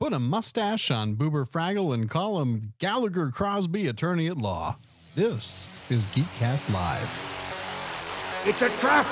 Put a mustache on Boober Fraggle and call him Gallagher Crosby, attorney at law. This is Geekcast Live. It's a trap!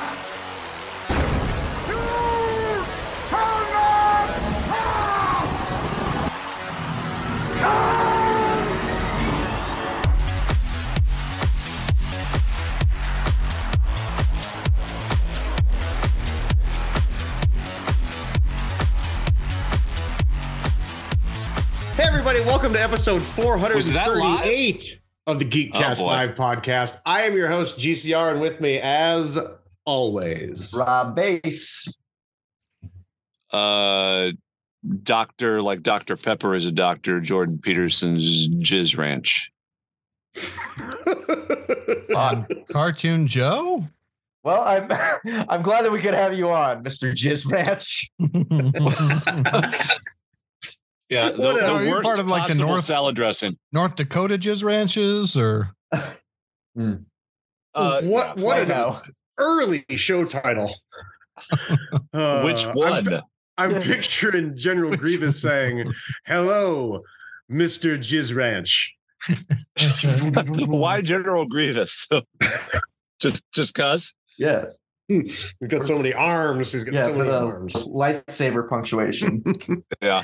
Hey everybody, welcome to episode Was that live? 438 of the Geekcast Oh, boy. Live podcast. I am your host GCR and with me as always. Rob Bass. uh doctor like dr pepper is a doctor jordan peterson's jizz ranch On Cartoon Joe? Well, I'm I'm glad that we could have you on, Mr. Jizz Ranch. yeah the, What the are you worst part of, like, the possible North- salad dressing North Dakota Jizz Ranches or uh what what I an know. early show title. Uh, which I'm- one I'm, picturing General Which Grievous saying, "Hello, Mr. Jizz Ranch." why general grievous just just cuz Yeah, He's got so many arms. He's got yeah, so for many the arms. lightsaber punctuation. Uh,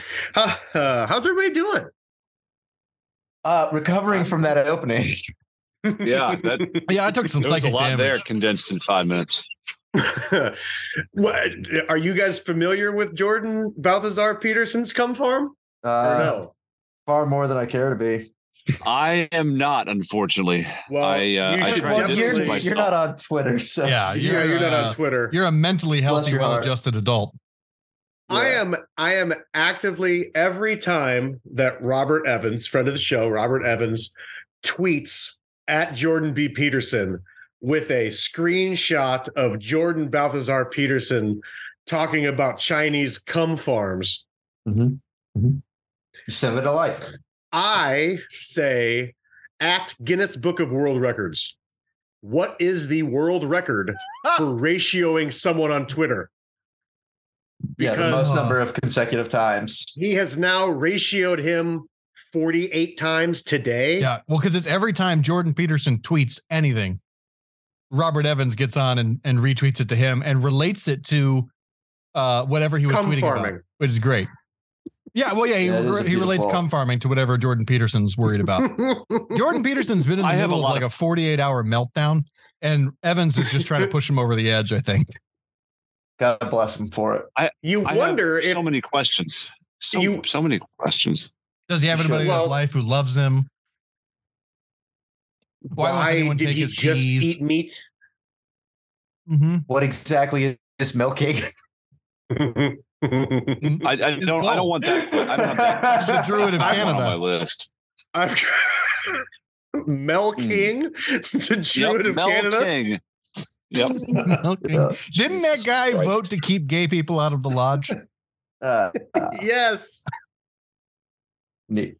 how's everybody doing? Uh, recovering from that opening. yeah that Yeah, I took some there was a psychic lot there damage. condensed in five minutes what, are you guys familiar with Jordan Balthazar Peterson's cum farm? Or Uh, no? far more than I care to be. i am not unfortunately Well, I, uh, you I should tried Well, to definitely- you're, distance you're myself. not on Twitter, so Yeah, yeah, you're not uh, on Twitter. You're a mentally healthy, your heart. well-adjusted adult. I am I am actively every time that Robert Evans, friend of the show, Robert Evans, tweets at Jordan B. Peterson with a screenshot of Jordan Balthazar Peterson talking about Chinese cum farms. Mhm. Mhm. Send it a like. I say at Guinness Book of World Records. What is the world record for ratioing someone on Twitter? Yeah, the Because- most number of consecutive times. He has now ratioed him 48 times today. Yeah, well, because it's every time Jordan Peterson tweets anything, Robert Evans gets on and, and retweets it to him and relates it to uh, whatever he was Cum tweeting farming. about, which is great. Yeah, well, yeah, he, Yeah, it is a he relates beautiful- cum farming to whatever Jordan Peterson's worried about. uh, Jordan Peterson's been in the I have middle a of lot like of- a 48 hour meltdown, and Evans is just trying to push him over the edge, I think. God bless him for it. you I have wonder if so many questions so, You- so many questions Does he have Sure. anybody in Well- his life who loves him? why, why won't anyone did take he his just keys? eat meat? Mm-hmm. What exactly is this milkcake? i, I don't It's i gold. don't want that i don't have that the druid of I want on Canada. my list I'm- Mel Hmm. King, the Druid Yep, of Mel Canada. King. yep Okay. Yeah. Didn't that Jesus guy Christ. vote to keep gay people out of the lodge? Uh, uh, Yes. neat.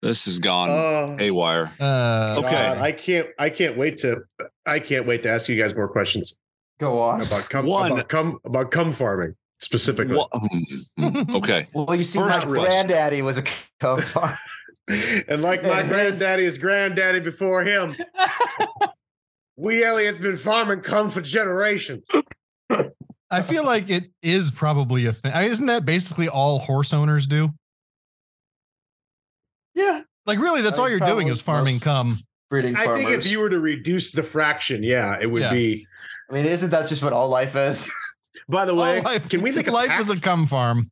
this is gone Oh, haywire. Uh, Okay. God, I can't. I can't wait to. I can't wait to ask you guys more questions Go on. about cum. One. About cum. About cum farming specifically. Wha- hmm, okay. Well, you see, First my question. granddaddy was a cum farmer. And like my And his- granddaddy's granddaddy before him, we Elliot's been farming cum for generations. I feel like it is probably a thing. I- Isn't that basically all horse owners do? yeah, Like, really, that's I all you're mean, doing probably is farming most cum. breeding I farmers. think if you were to reduce the fraction, yeah, it would Yeah. be. I mean, isn't that just what all life is? By the way, All life- can we make a life pact? is a cum farm?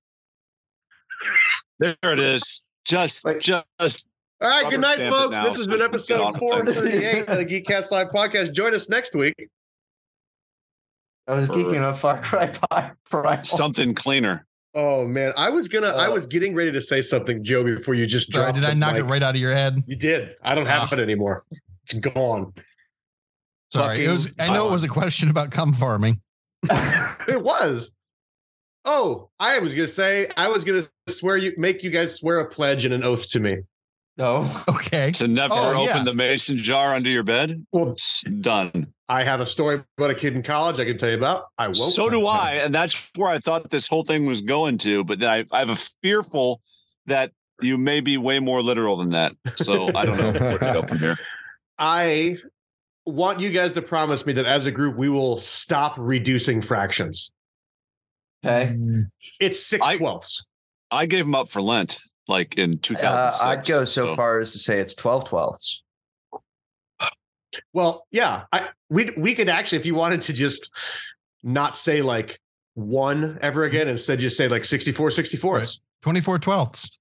There it is. Just, Like- just All right, Rubber good night, stamp it folks. now This has so been we can get on episode with 438 of the Geekcast Live podcast. Join us next week. I was geeking on Far Cry 5 Primal. something cleaner. Oh man, I was gonna, I Uh, was getting ready to say something, Joe, before you just Sorry, dropped. did the I knock it mic. right out of your head? You did. I don't have Ah. it anymore. It's gone. Sorry, it was. I know it was a question about cum farming. It was. Oh, I was gonna say, I was gonna swear you make you guys swear a pledge and an oath to me. No. Okay. To never Oh, open yeah. the mason jar under your bed? Well, S- Done. I have a story about a kid in college I can tell you about. I woke. So do I. And that's where I thought this whole thing was going to. But then I, I have a fearful that you may be way more literal than that. So I don't know where to go from here. I want you guys to promise me that as a group we will stop reducing fractions. Okay. It's six I- twelfths. I gave them up for Lent like in 2006. Uh, I'd go so, far. far as to say it's 12 twelfths. Well, yeah. I we we could actually, if you wanted to, just not say like one ever again. Instead, just say like 64, 64. Right. 24 twelfths.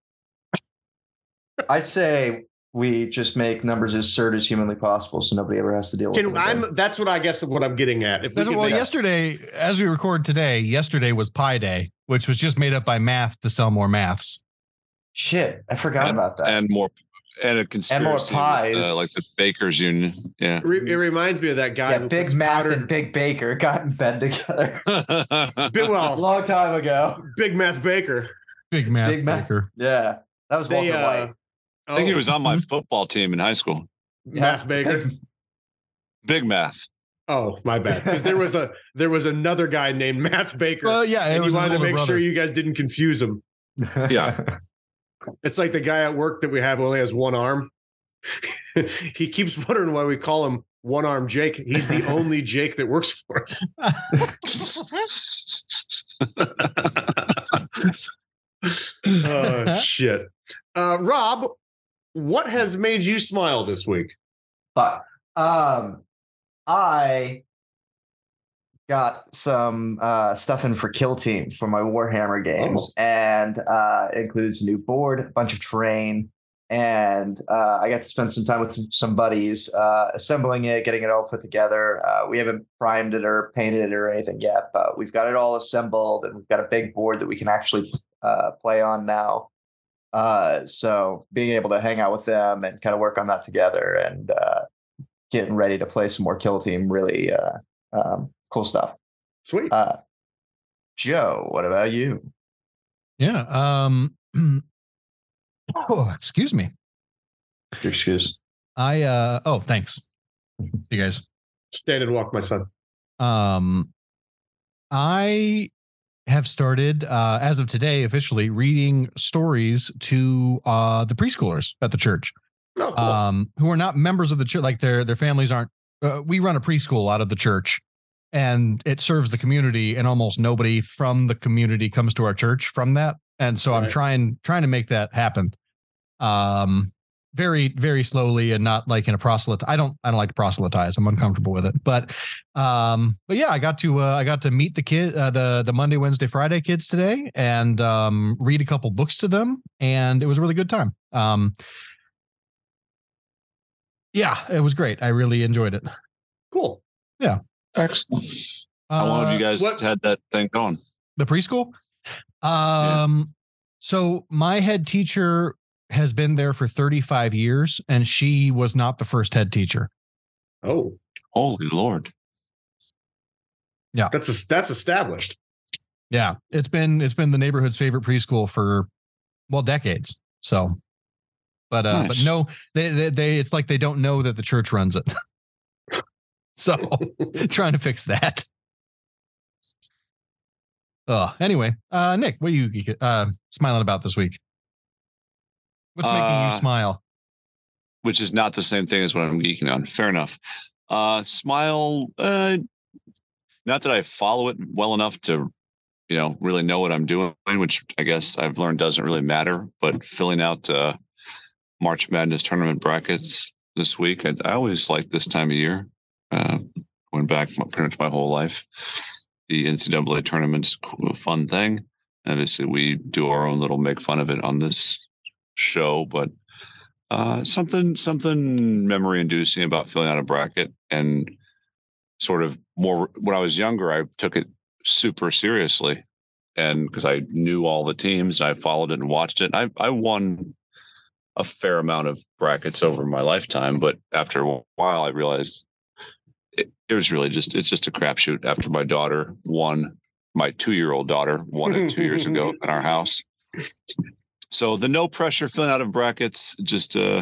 I say we just make numbers as absurd as humanly possible so nobody ever has to deal with Can it. again. I'm that's what I guess what I'm getting at. If we That's- can well, make- yesterday, as we record today, yesterday was Pi Day, which was just made up by math to sell more maths. Shit, I forgot about that. and more and a conspiracy with, pies. uh, like the bakers union yeah Re- it reminds me of that guy. yeah, who Big puts Math powdered- and Big Baker got in bed together Big, a well, long time ago. Big Math Baker. Big math Big math. maker. Yeah, that was Walter They, uh, White. i think he oh, was on my football team in high school Math Baker. Big- big math Oh, my bad. Because there was a there was another guy named Math Baker. Well, yeah, it and you was his wanted to older make brother. sure you guys didn't confuse him. Yeah. It's like the guy at work that we have who only has one arm. he keeps wondering why we call him one arm Jake. He's the only Jake that works for us. Oh shit. Uh Rob, what has made you smile this week? But um, I got some uh, stuff in for Kill Team for my Warhammer games, and uh, it includes a new board, a bunch of terrain, and uh, I got to spend some time with some buddies uh, assembling it, getting it all put together. Uh, we haven't primed it or painted it or anything yet, but we've got it all assembled, and we've got a big board that we can actually uh, play on now. Uh, so being able to hang out with them and kind of work on that together and uh, getting ready to play some more Kill Team, really uh, um, cool stuff. Sweet. Uh, Joe, what about you? Yeah. Um, oh, excuse me. Excuse. I, uh, oh, thanks. You guys. Stand and walk, my son. Um, I have started, uh, as of today, officially reading stories to uh, the preschoolers at the church. No, Oh, cool. um, who are not members of the church. Like their their families aren't. Uh, we run a preschool out of the church, and it serves the community. And almost nobody from the community comes to our church from that. And so I'm Right. trying trying to make that happen. Um, very very slowly and not like in a proselyte. I don't I don't like to proselytize. I'm uncomfortable with it. But um, but yeah, I got to uh, I got to meet the kid uh, the the Monday Wednesday Friday kids today and um, read a couple books to them, and it was a really good time. Um, yeah, it was great. I really enjoyed it. cool. excellent how long Uh, have you guys what- had that thing going the preschool? Yeah. Um, so my head teacher has been there for 35 years, and she was not the first head teacher. Oh, holy lord that's a, that's established. Yeah, it's been it's been the neighborhood's favorite preschool for well decades. So, but uh, Nice. but no, they, they they it's like they don't know that the church runs it. so trying to fix that. Uh, anyway, uh, Nick, what are you uh, smiling about this week? What's making Uh, you smile? which is not the same thing as what i'm geeking on fair enough uh smile uh not that i follow it well enough to you know really know what i'm doing which i guess i've learned doesn't really matter but filling out uh march madness tournament brackets this week i, I always like this time of year uh going back my, pretty much my whole life the ncaa tournament's a fun thing obviously we do our own little make fun of it on this show but uh, something something memory inducing about filling out a bracket and sort of more when I was younger I took it super seriously and because I knew all the teams and I followed it and watched it I I won a fair amount of brackets over my lifetime but after a while I realized it, it was really just it's just a crapshoot after my daughter won my 2-year-old daughter won it 2 years ago in our house So the no pressure filling out of brackets, just uh,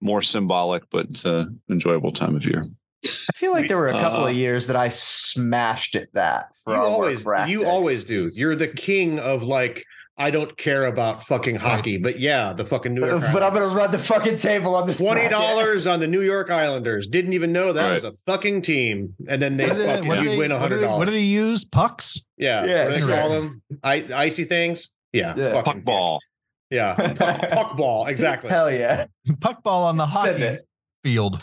more symbolic, but uh, enjoyable time of year. I feel like there were a couple Uh, of years that I smashed at that for Uh-huh. you our always work practice. you always do. You're the king of like I don't care about fucking hockey, but yeah, the fucking New York. but I'm Islanders. gonna run the fucking table on this. twenty bracket. dollars on the New York Islanders. Didn't even know that Right. was a fucking team. And then they What do fucking what do you win what do hundred they- What do dollars. they use? Pucks. Yeah, what Yeah, do they call interesting. them? I, icy things. Yeah, Yeah. fucking Puck ball. Yeah, puck, puck ball. Exactly. Hell yeah! Puck ball on the Send hockey it. field.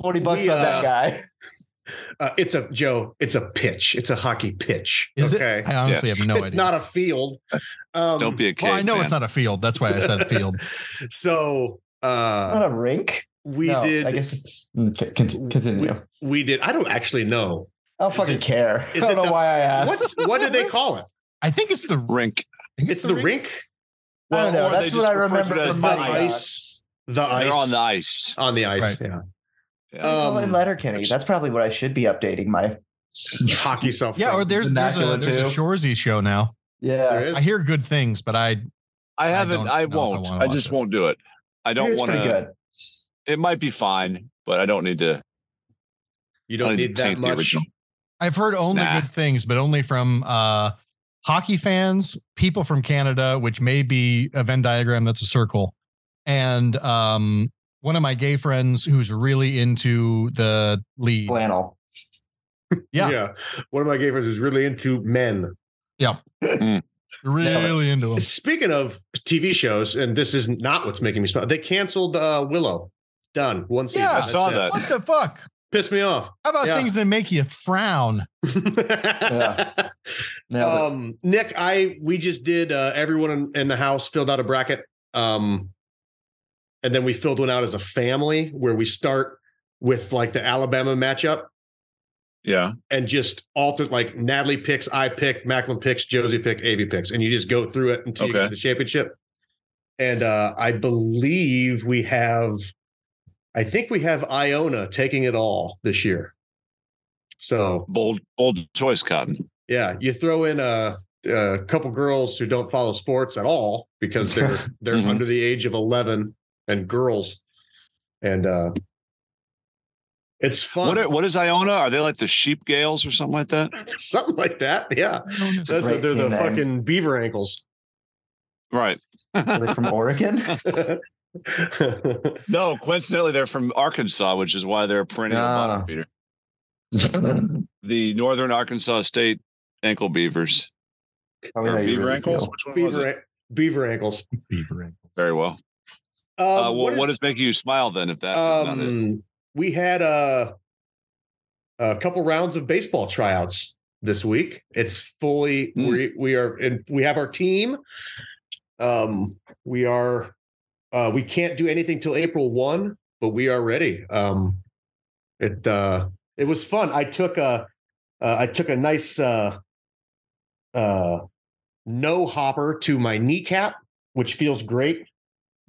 Forty bucks We, on that uh, guy. Uh, it's a Joe. It's a pitch. It's a hockey pitch. Is okay. it? I honestly Yes. have no it's idea. not a field. Um, Don't be a kid. well, I know it's not a field. That's why I said field. So Not uh, a rink. we No, did. I guess. Okay, con- continue. we did. I don't actually know. I don't fucking it- care. I is don't it know the- why I What? asked. what do they call it? I think it's the. I rink. think It's the rink. I don't know. or they That's what just I refer to it remember as from the Mighty ice. The They're ice on the ice. Uh, on the ice. Right. Yeah. Yeah. Well, in Um, Letterkenny, that's probably what I should be updating my. hockey self. Yeah, or there's there's a Vernacular there's a too. Shoresy show now. Yeah, I hear good things, but I I haven't. don't I, know if I won't. wanna I, watch just it. won't do it. I don't It's want pretty to. good. It might be fine, but I don't need to. you I don't need need to that taint the much. original. I've heard only Nah. good things, but only from uh, hockey fans, people from Canada, which may be a Venn diagram that's a circle, and um, one of my gay friends who's really into the league. flannel. Yeah. One of my gay friends is really into men. Really into him. Speaking of TV shows, and this is not what's making me smile. They canceled uh, Willow. Done. One season. Yeah, I That's saw it. that. What the fuck? Pissed me off. How about Uh, Yeah. things that make you frown? Yeah. Nailed it. um, Nick, I we just did uh, everyone in, in the house filled out a bracket. Um, and then we filled one out as a family where we start with like the Alabama matchup Yeah. and just alter like Natalie picks, I pick, Macklin picks, Josie pick, Avi picks, and you just go through it until you get Okay. to the championship. And uh, I believe we have, I think we have Iona taking it all this year. So Bold, bold choice, Cotton. yeah, you throw in a, a couple girls who don't follow sports at all because they're they're Mhm. under the age of eleven and girls, and uh, it's fun, What are, what is Iona? Are they like the sheep gales or something like that? something like that. Yeah, Hmm, a That's- great they're the team name. fucking beaver ankles. Right. Oh. Are they from Oregon? No, coincidentally, they're from Arkansas, which is why they're a perennial Ah. bottom feeder. The Northern Arkansas State ankle beavers Tell me or how Oh, you beaver really ankles. feel. Which one was beaver, it? an- beaver ankles. Very well. Um, Uh, well, what is making you smile then? If that was not it? um, we had a a couple rounds of baseball tryouts this week. It's fully Hmm. we we are and we have our team. Um, we are uh, we can't do anything till April one, but we are ready. Um, it uh, it was fun. I took a uh, I took a nice uh, uh, no hopper to my kneecap, which feels great.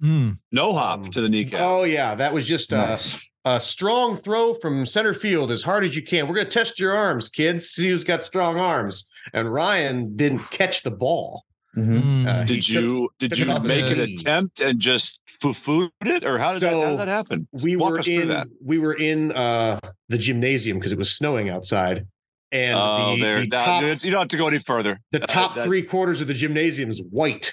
Mm. no hop um, to the kneecap. Oh yeah, that was just uh, Nice. a strong throw from center field as hard as you can. We're going to test your arms, kids. See who's got strong arms. And Ryan didn't catch the ball. Mhm. hmm. Uh, he did took- you did took you it off the make an knee. attempt and just foo-fooed it, or how did, that, how So, did that happen? We Walk were us through in that. we were in uh, the gymnasium because it was snowing outside, and Oh, the, there. the no, top dude, you don't have to go any further. the top that- three quarters of the gymnasium is white.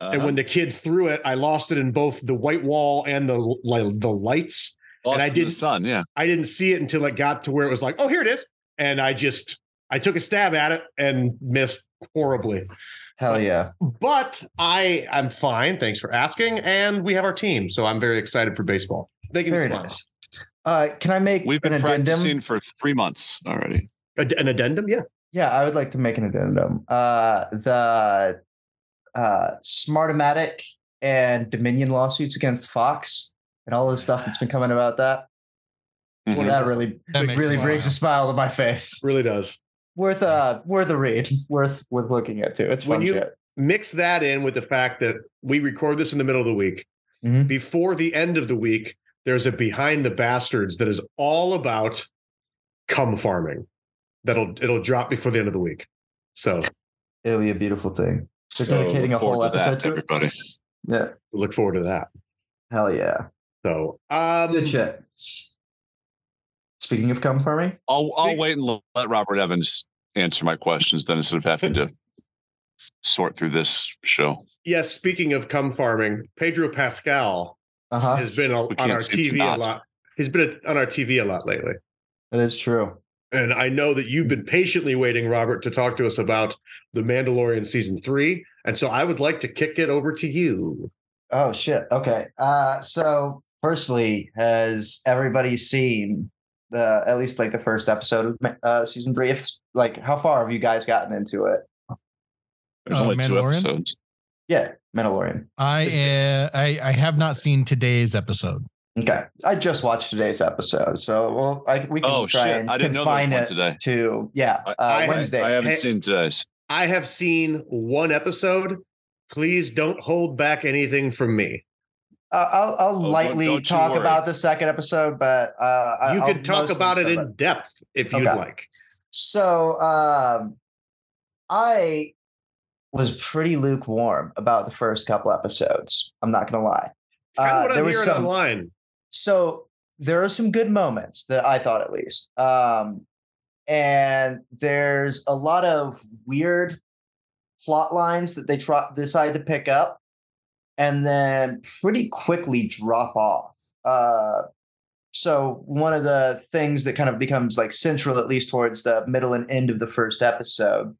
Uh, And when the kid threw it, I lost it in both the white wall and the l- like, the lights. Uh, lost I in the didn't- sun, yeah. I didn't see it until it got to where it was like, oh, here it is, and I just I took a stab at it and missed horribly. Hell yeah! but I I'm fine. Thanks for asking. And we have our team, so I'm very excited for baseball. They can Very smile. nice. Uh, can I make We've an been addendum? practicing for three months already. Ad- an addendum, yeah. Yeah, I would like to make an addendum. Uh, the uh, Smartomatic and Dominion lawsuits against Fox and all the stuff that's been coming about that. Mhm. Well, that really That makes really me brings a smile to my face. Really does. Worth uh worth a read. Worth worth looking at too. It's When fun you- shit. Mix that in with the fact that we record this in the middle of the week. Mhm. Before the end of the week, there's a behind the bastards that is all about cum farming. That'll it'll drop before the end of the week. So It'll be a beautiful thing. They're So, dedicating a look forward whole to that, episode to it? everybody. Yeah. Look forward to that. Hell yeah. So, um, Good shit. Speaking of come for me, I'll I'll Speak- wait and l- let Robert Evans answer my questions then instead of having to sort through this show. yes, speaking of cum farming, Pedro Pascal uh huh. has been a- We on can't our skip to TV a not. lot. He's been on our TV a lot lately. That is true. And I know that you've Mm. been patiently waiting, Robert, to talk to us about The Mandalorian season three. And so I would like to kick it over to you. Oh shit. Okay. Uh, so firstly, has everybody seen the at least like the first episode of ma- uh, season three? If like, how far have you guys gotten into it? There's Uh, only two Mandalorian? episodes. Yeah, Mandalorian. I, uh, I I have not seen today's episode. Okay, I just watched today's episode, so well, I, we can Oh, try shit. and I didn't know there was confine one it today. to yeah I- uh, I- Wednesday. I haven't Hey. seen today's. I have seen one episode. Please don't hold back anything from me. Uh, I'll, I'll don't- lightly Oh, don't you talk worry. about the second episode, but uh, I- You I'll could talk mostly about it sum in depth if you'd Okay. like. So um, I was pretty lukewarm about the first couple episodes. I'm not gonna lie. Kind Uh, of what there I'm was hearing some- online. So there are some good moments that I thought at least. Um, and there's a lot of weird plot lines that they try decide to pick up and then pretty quickly drop off. Uh, so one of the things that kind of becomes like central, at least towards the middle and end of the first episode,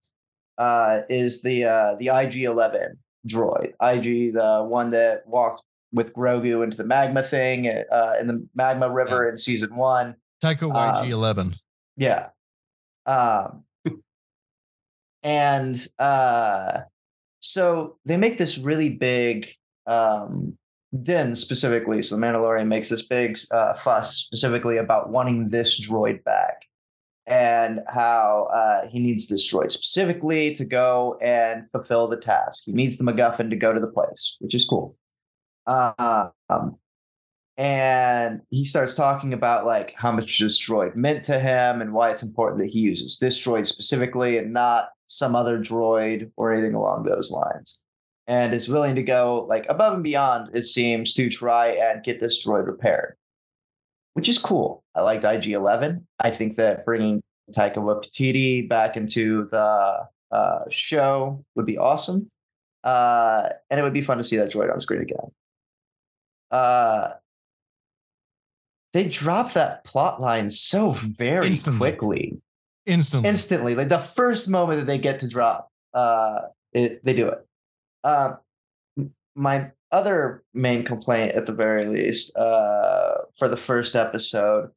uh, is the uh, the IG Eleven droid, IG the one that walked with Grogu into the magma thing uh, in the magma river in season one. Taiko Uh, YG11. Yeah. Um, and uh, so they make this really big um, Din specifically. So the Mandalorian makes this big uh, fuss specifically about wanting this droid back and how uh, he needs this droid specifically to go and fulfill the task. He needs the MacGuffin to go to the place, which is cool. Uh, um, and he starts talking about like how much this droid meant to him and why it's important that he uses this droid specifically and not some other droid or anything along those lines and is willing to go like above and beyond it seems to try and get this droid repaired which is cool i liked ig-11 i think that bringing taika waititi back into the uh, show would be awesome uh, and it would be fun to see that droid on screen again uh, they drop that plot line so very Instantly. quickly Instantly. instantly like the first moment that they get to drop uh it, they do it um my other main complaint at the very least uh for the first episode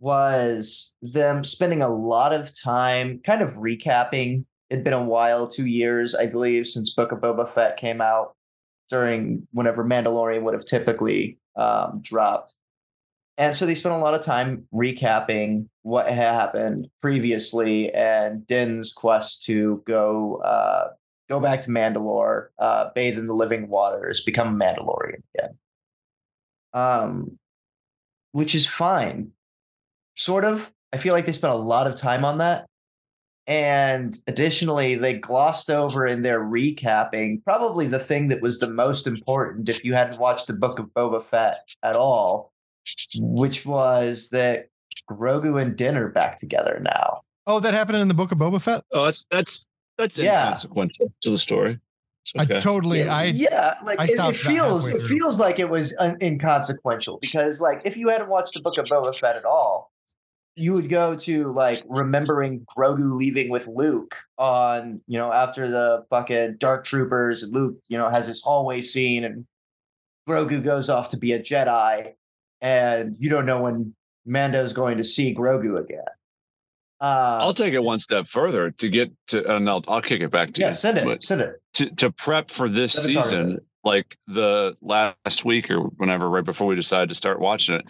was them spending a lot of time kind of recapping it'd been a while two years i believe since book of boba fett came out during whenever mandalorian would have typically um dropped and so they spent a lot of time recapping what had happened previously and Din's quest to go uh, go back to Mandalore, uh, bathe in the living waters, become a Mandalorian again. Um, which is fine, sort of. I feel like they spent a lot of time on that. And additionally, they glossed over in their recapping probably the thing that was the most important if you hadn't watched the Book of Boba Fett at all, which was that Grogu and Din are back together now. oh, that happened in the book of Boba Fett? Oh, that's that's that's Yeah. Uh, inconsequential to the story. It's okay. I totally, I yeah, like I it, it stopped about feels halfway it through. feels like it was un- inconsequential because like if you hadn't watched the Book of Boba Fett at all, you would go to like remembering Grogu leaving with Luke on you know after the fucking Dark Troopers and Luke you know has his hallway scene and Grogu goes off to be a Jedi and you don't know when Mando's going to see Grogu again. Uh, I'll take it one step further to get to, and I'll, I'll kick it back to yeah, you. send it, but send it. to, to prep for this Let me talk about season, like the last week or whenever, right before we decided to start watching it,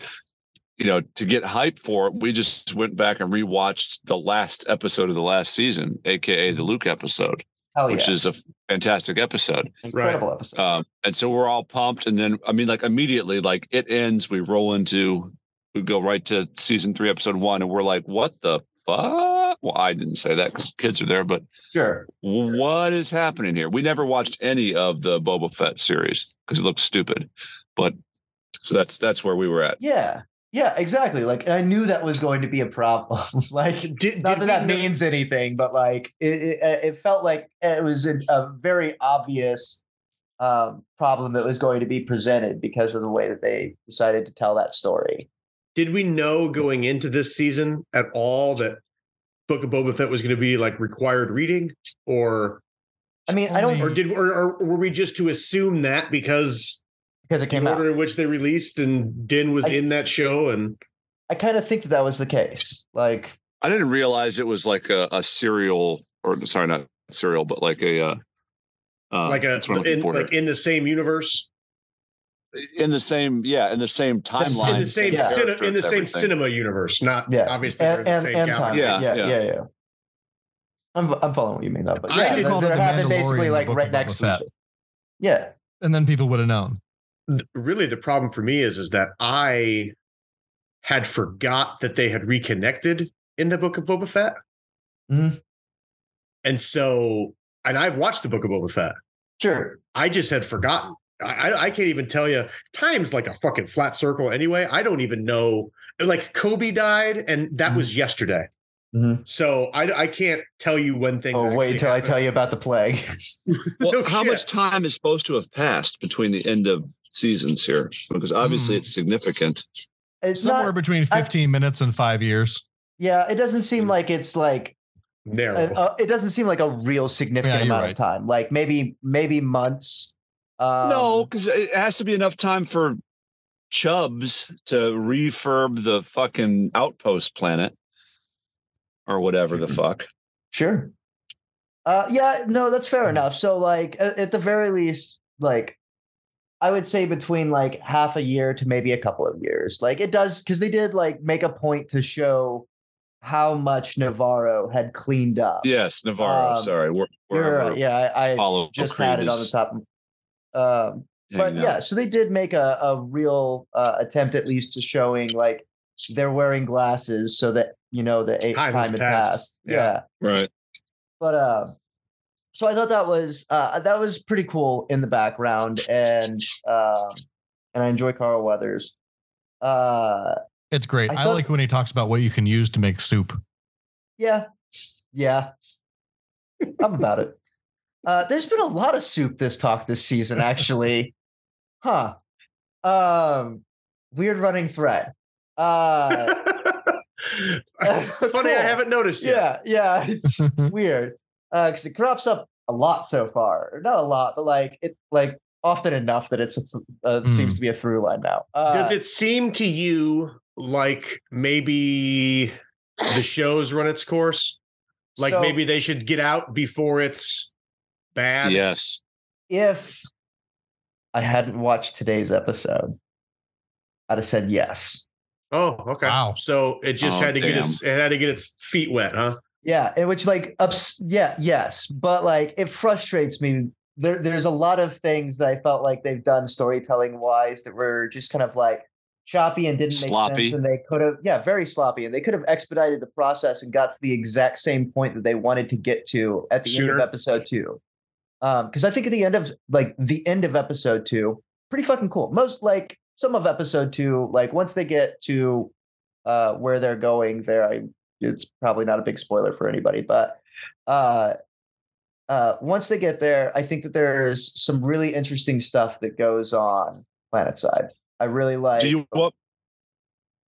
you know, to get hype for it, we just went back and rewatched the last episode of the last season, aka the Luke episode, Hell Mm-hmm. Oh, yeah, which is a fantastic episode. incredible episode. Um, and so we're all pumped, and then I mean, like immediately, like it ends, we roll into, we go right to season three, episode one, and we're like, what the fuck? well, I didn't say that because kids are there, but Sure. what is happening here? We never watched any of the Boba Fett series because it looked stupid. But so that's that's where we were at. Yeah. Yeah, exactly. Like, and I knew that was going to be a problem. like, Did, uh did not that we that know- means anything, but like, it, uh, it, it felt like it was a, a very obvious um, problem that was going to be presented because of the way that they decided to tell that story. did we know going into this season at all that Book of Boba Fett was going to be like required reading, or I mean, I don't Only- or did or, or were we just to assume that because because it came the out. order in which they released and Din was I- in that show and I kind of think that that was the case. Like, I didn't realize it was like a, a serial or sorry, not serial, but like a uh, uh like a that's what I'm looking in, for here. like in the same universe, in the same yeah in the same timeline in the same Yeah. cine, in the characters, same everything. cinema universe, not Yeah. obviously they're in and the and, same and time. galaxy. Yeah, Yeah, yeah, yeah, yeah. yeah. I'm I'm following what you mean though, but I yeah, think they they're, called it they're The happening Mandalorian, basically the like Book of right Boba next to each Fett. other. Yeah, and then people would have known. Th- really the problem for me is is that I had forgot that they had reconnected in the Book of Boba Fett, Mhm. and so and I've watched the Book of Boba Fett. sure. I just had forgotten. I, I- I can't even tell you. Time's like a fucking flat circle anyway. I don't even know. Like Kobe died, and Mm-hmm. that was yesterday. hmm So I, I can't tell you when things. Oh, wait until I tell you about the plague. Well, No how shit. much time is supposed to have passed between the end of seasons here? Because obviously Hmm. it's significant. It's Somewhere not. between I- 15 minutes and five years. Yeah, it doesn't seem like it's like Narrow. a, a- it doesn't seem like a real significant Yeah, you're amount of right. time. Like maybe maybe months. Um, no, because it has to be enough time for Chubbs to refurb the fucking outpost planet or whatever Hmm. the fuck. Sure. Uh, yeah, no, that's fair enough. So, like, a- at the very least, like, I would say between like half a year to maybe a couple of years. Like, it does because they did like make a point to show how much Navarro had cleaned up. Yes, Navarro. Um, sorry, we're, You're right. yeah, I, I Apollo just Creed had it on the is top. Um, but hanging out. yeah, so they did make a, a real uh, attempt at least to showing like they're wearing glasses so that you know the eight Time time, has had passed. passed. Yeah. yeah right. but uh so i thought that was uh that was pretty cool in the background and um and i enjoy carl weathers uh It's great. I I, thought- like when he talks about what you can use to make soup. yeah yeah i'm about it uh there's been a lot of soup this talk this season actually huh um weird running thread uh Funny, Cool. I haven't noticed yet. yeah yeah it's Oh, Mm-hmm. weird because it crops up a lot so far Or not a lot but like it like often enough that it's it's, uh, Mm. seems to be a through line now uh, Does it seem to you like maybe the show's run its course? Like so maybe they should get out before it's bad. Yes. if i hadn't watched today's episode i'd have said yes Oh, okay. Wow. So it just Oh, had to get damn. its it had to get its feet wet, huh? yeah and which like ups yeah yes but like it frustrates me there, there's a lot of things that i felt like they've done storytelling wise that were just kind of like choppy and didn't make Sloppy. sense and they could have yeah very sloppy and they could have expedited the process and got to the exact same point that they wanted to get to at the end Sooner. of episode two um because i think at the end of like the end of episode two pretty fucking cool most like some of episode two like once they get to uh where they're going there i it's probably not a big spoiler for anybody but uh uh once they get there i think that there's some really interesting stuff that goes on planet side i really like Do you want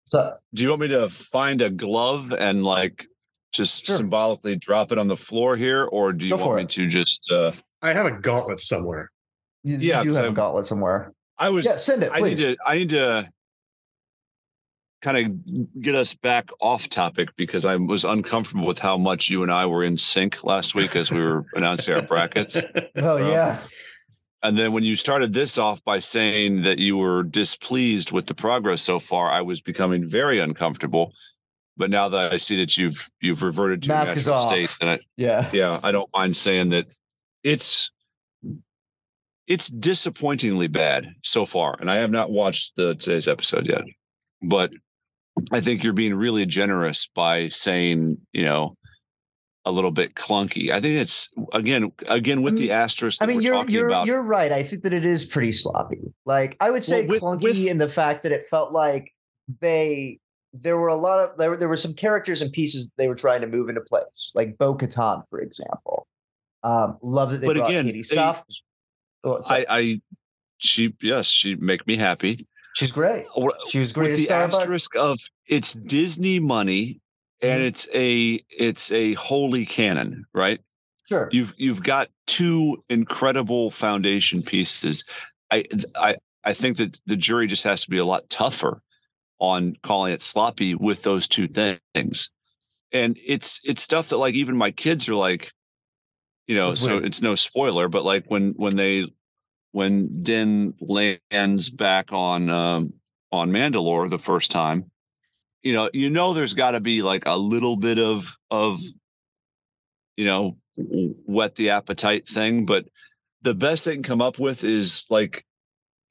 so, do you want me to find a glove and like just Sure. symbolically drop it on the floor here or do you Go for want me it. to just uh I have a gauntlet somewhere. you, you Yeah, do because have a I'm- gauntlet somewhere I was yeah send it I please need to I need to kind of get us back off topic because I was uncomfortable with how much you and I were in sync last week as we were announcing our brackets. oh bro. yeah And then when you started this off by saying that you were displeased with the progress so far, I was becoming very uncomfortable. But now that I see that you've you've reverted to your Mask is natural off. state, and I, yeah yeah, I don't mind saying that it's it's disappointingly bad so far, and I have not watched the today's episode yet, but I think you're being really generous by saying you know a little bit clunky. I think it's again, again with I mean- the asterisk. That Mm, I mean, we're you're talking you're about. you're right. I think that it is pretty sloppy. Like I would say Well, with- clunky with- in the fact that it felt like they there were a lot of there, were- there were some characters and pieces they were trying to move into place, like Bo Katan, for example. Um, love that they But brought again, Katie they- Soft. Oh, sorry. I, I, she, yes, she make me happy. she's great. Or- She was great with at the Starbucks. asterisk of it's Disney money and Mhm. it's a it's a holy canon, right? sure. You've you've got two incredible foundation pieces. I I I think that the jury just has to be a lot tougher on calling it sloppy with those two things. And it's it's stuff that like even my kids are like, you know, That's so weird. it's no spoiler, but like when when they when Din lands back on um on Mandalore the first time, you know, you know there's gotta be like a little bit of of you know, w- whet the appetite thing, but the best they can come up with is like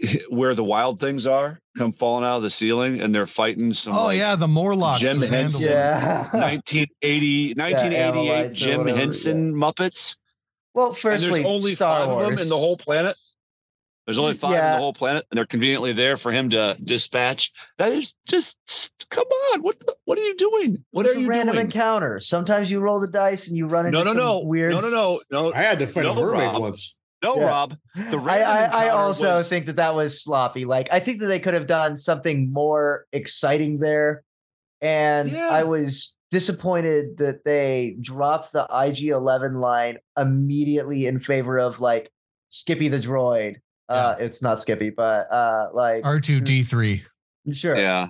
where the wild things are come falling out of the ceiling and they're fighting some oh like yeah, the Morlocks. Jim of Henson. Mandalore. yeah. 1980 1988 Animalites or Jim whatever, Henson Muppets. Well, And there's firstly, only Star five Wars. of them in the whole planet. There's only five in Yeah. the whole planet, and they're conveniently there for him to dispatch. That is just come on. What the, what are you doing? What it's are a you random doing? encounter. Sometimes you roll the dice and you run into No, no, some no, weird no, no, no, no, I had to fight No, a mermaid Rob. once. no, Yeah. Rob. The I, random I, I encounter also was- think that that was sloppy. Like, I think that they could have done something more exciting there. And Yeah. I was disappointed that they dropped the IG 11 line immediately in favor of like Skippy the droid. Uh, it's not Skippy, but uh, like, R2D3. sure. Yeah,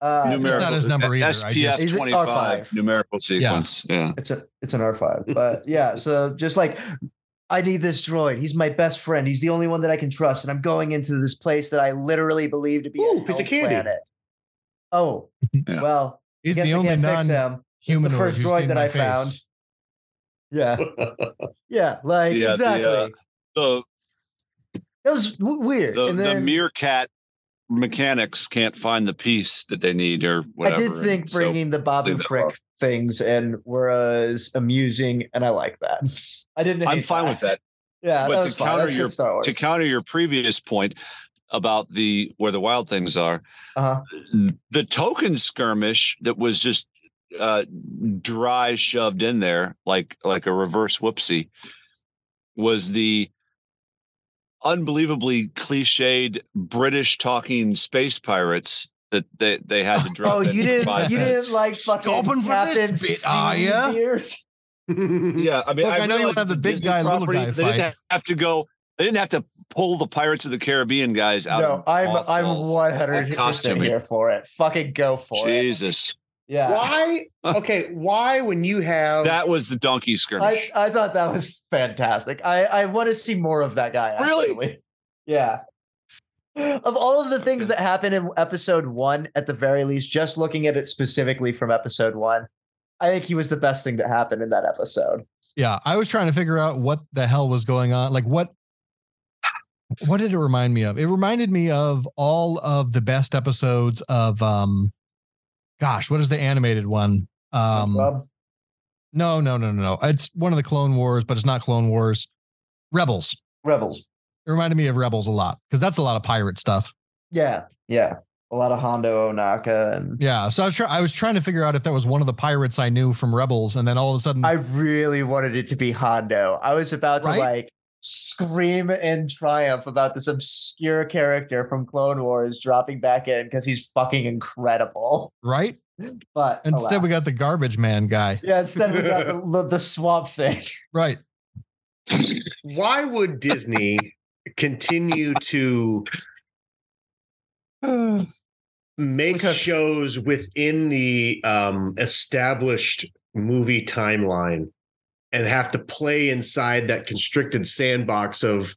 Uh, Numeric- it's, Numerical- not his number either, I guess. SPF Is it twenty five R5? numerical sequence. Yeah. it's, a, it's an R5. But yeah, so just like, I need this droid. He's my best friend. He's the only one that I can trust. And I'm going into this place that I literally believe to be Ooh, a piece of hell candy. planet. Oh, Yeah. well, He's guess the I only can't non fix him. It's human the first droid that I found. Yeah, yeah, like Yeah, the, uh, exactly. The, that was w- weird. the and the then meerkat mechanics can't find the piece that they need or I whatever. did think and so- bringing the leave Babu that Frick alone. things in was amusing, and I like that. I didn't. I'm hate fine with that. Yeah, But that to was fine. counter That's your- good Star Wars. To counter your previous point about the where the wild things are, uh-huh. the token skirmish that was just uh dry shoved in there like like a reverse whoopsie was the unbelievably cliched british talking space pirates that they they had to drop Oh, in you for didn't. five You minutes. didn't like fucking Open for Captain this bit, are ya? Seabeers? yeah i mean Look, I know you realize have the it's a big Disney guy, little property. guy they fight. didn't have to go they didn't have to pull the pirates of the caribbean guys out No, of I'm I'm mothballs. 100 percent costuming. here for it. Fucking go for it. jesus Yeah. why? Uh, Okay, why when you have that was the donkey I, skirmish I thought that was fantastic. I, I want to see more of that guy. Really? Actually. Yeah. Of all of the things that happened in episode one, at the very least, just looking at it specifically from episode one, I think he was the best thing that happened in that episode. Yeah, I was trying to figure out what the hell was going on. Like what what did it remind me of? It reminded me of all of the best episodes of um gosh, what is the animated one? Um Club. no, no, no, no, no. It's one of the Clone Wars, but it's not Clone Wars. Rebels. Rebels. It reminded me of Rebels a lot because that's a lot of pirate stuff. Yeah. Yeah. A lot of Hondo Onaka. And Yeah, so I was trying. I was trying to figure out if that was one of the pirates I knew from Rebels, and then all of a sudden, I really wanted it to be Hondo. I was about to Right? like scream in triumph about this obscure character from Clone Wars dropping back in because he's fucking incredible. right? But Instead, we got Oh, alas. the garbage man guy. yeah. Instead, we got the, the, the swamp thing. Right? why would Disney continue to make Because- shows within the um, established movie timeline and have to play inside that constricted sandbox of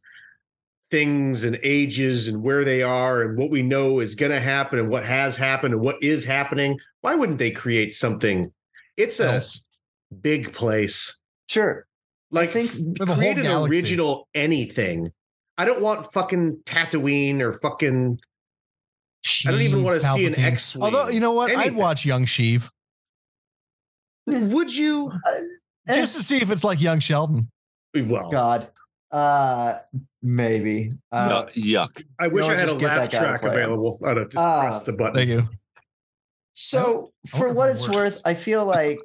things and ages and where they are and what we know is going to happen and what has happened and what is happening why wouldn't they create something it's a Else. big place Sure. like think have a whole create an galaxy. original anything i don't want fucking tatooine or fucking I don't even Sheev, want to see an Palpatine. X. Although you know what, I'd watch Young Sheev. Would you? just to see if it's like young Sheldon. Well, Eh, God. Uh, maybe. Uh, Yuck. yuck. I wish No, I had a just get laugh that guy to track play it. available. I'd have just Uh, pressed the button. Thank you. So, I for wonder what if it it's works. worth, I feel like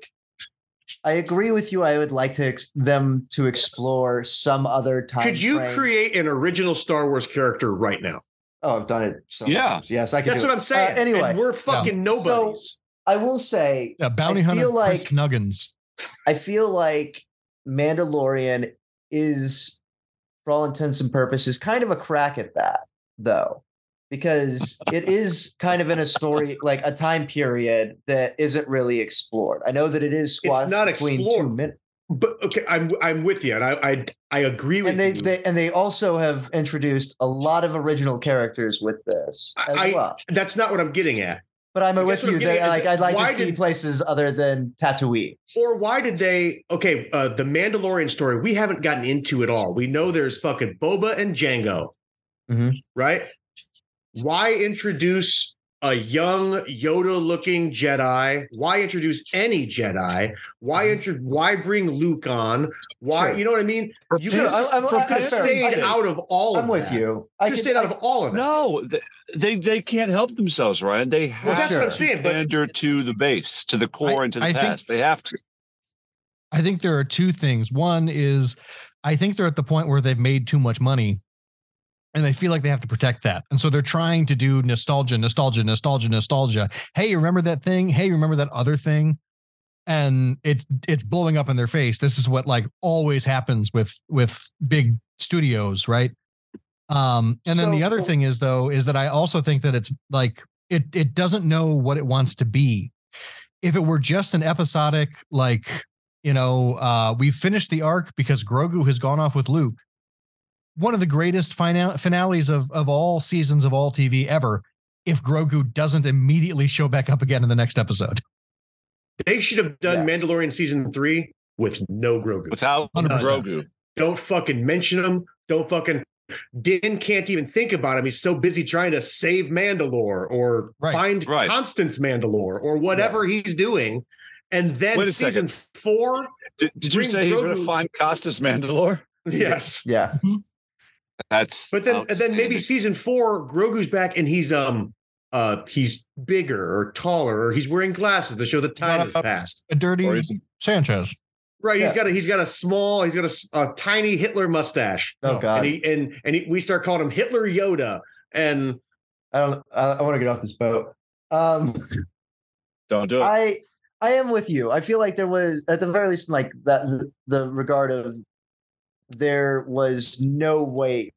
I agree with you. I would like to ex- them to explore some other time. Could you frame. create an original Star Wars character right now? Oh, I've done it. So many Yeah. times. Yes, I can. That's do what it. I'm saying. Uh, anyway, And we're fucking nobodies. I will say Yeah, bounty I hunter feel Chris like- Nuggins. I feel like Mandalorian is, for all intents and purposes, kind of a crack at that, though, because it is kind of in a story like a time period that isn't really explored. I know that it is squashed not between two explored. minutes, but okay, I'm I'm with you, and I I, I agree with and they, you. they and they also have introduced a lot of original characters with this as I- well. That's not what I'm getting at. But I'm I with guess what you. I'm getting They, at is like that I'd like to why see did- places other than Tatooine. Or why did they? Okay, uh, the Mandalorian story we haven't gotten into at all. We know there's fucking Boba and Django, Mhm. right? Why introduce a young Yoda-looking Jedi? Why introduce any Jedi? Why intro- Why bring Luke on? Why? Mm-hmm. Sure. You know what I mean? You Sure, could I'm- I'm- I'm- have I'm- stayed out of all. I'm of with that. you. You I could have could- stayed out of all of that. No, th- they they can't help themselves, Ryan. They have Well, that's sure. what I'm saying. But pander to the base, to the core, I- and to the I think- past. they have to. I think there are two things. One is I think they're at the point where they've made too much money and they feel like they have to protect that. And so they're trying to do nostalgia, nostalgia, nostalgia, nostalgia. Hey, remember that thing? Hey, remember that other thing? And it's it's blowing up in their face. This is what like always happens with with big studios, right? Um and then the So- other thing is though is that I also think that it's like it it doesn't know what it wants to be. If it were just an episodic like you know, uh, we finished the arc because Grogu has gone off with Luke. One of the greatest fina- finales of of all seasons of all TV ever. If Grogu doesn't immediately show back up again in the next episode, they should have done Yes. Mandalorian season three with no Grogu. Without 100%. Grogu, Don't fucking mention him. Don't fucking. Din can't even think about him. He's so busy trying to save Mandalore or Right. find Right. Constance Mandalore or whatever he's doing. And then Wait a season four, did, did you Bring say he's going to Grogu- find Costas Mandalore? yes. Yeah. That's But then, and then maybe outstanding. season four, Grogu's back and he's um uh he's bigger or taller or he's wearing glasses to show the time has Not a- passed. a dirty Or is it- Sanchez. Right? He's Uh, Yeah. got a he's got a small he's got a s a a tiny Hitler mustache. Oh No, Uh, God. and he and and he, we start calling him Hitler Yoda. And I don't. I, I want to get off this boat. Um, don't do it. I I am with you. I feel like there was at the very least like that the regard of there was no weight.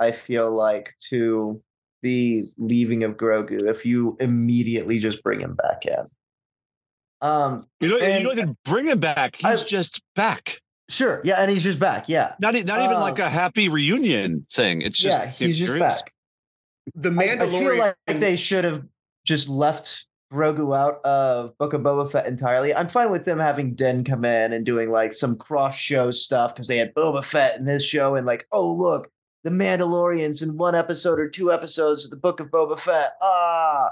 I feel like to the leaving of Grogu if you immediately just bring him back in. Um, you don't, and- you don't even bring him back. He's I- just back. sure. Yeah, and he's just back. Yeah, Not e- not even Uh, like a happy reunion thing. It's just yeah, he's just curious. back. the I- I feel Mandalorian, like they should have just left Grogu out of Book of Boba Fett entirely. I'm fine with them having Den come in and doing like some cross show stuff because they had Boba Fett in his show and like, oh look, the Mandalorians in one episode or two episodes of the Book of Boba Fett. Ah,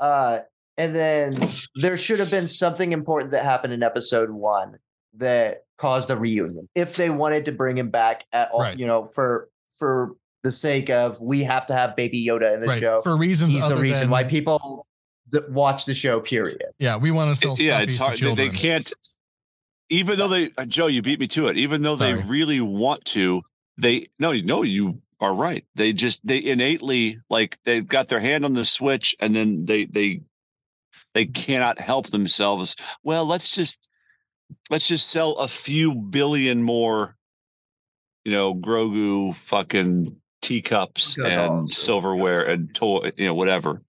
uh, and then there should have been something important that happened in episode one that caused a reunion if they wanted to bring him back at all. Right. You know, for for the sake of we have to have Baby Yoda in the Right show. for reasons. He's the other reason than- why people that watch the show. Period. Yeah, we want to sell. It- yeah, Snuffies it's to hard. They, they children. can't. Even though they, uh, Joe, you beat me to it. Even though they Sorry. really want to, they no, you- no, you are right. They just they innately like they've got their hand on the switch, and then they they they cannot help themselves. Well, let's just let's just sell a few billion more, you know, Grogu fucking teacups Good and dog. silverware and toy, you know, whatever.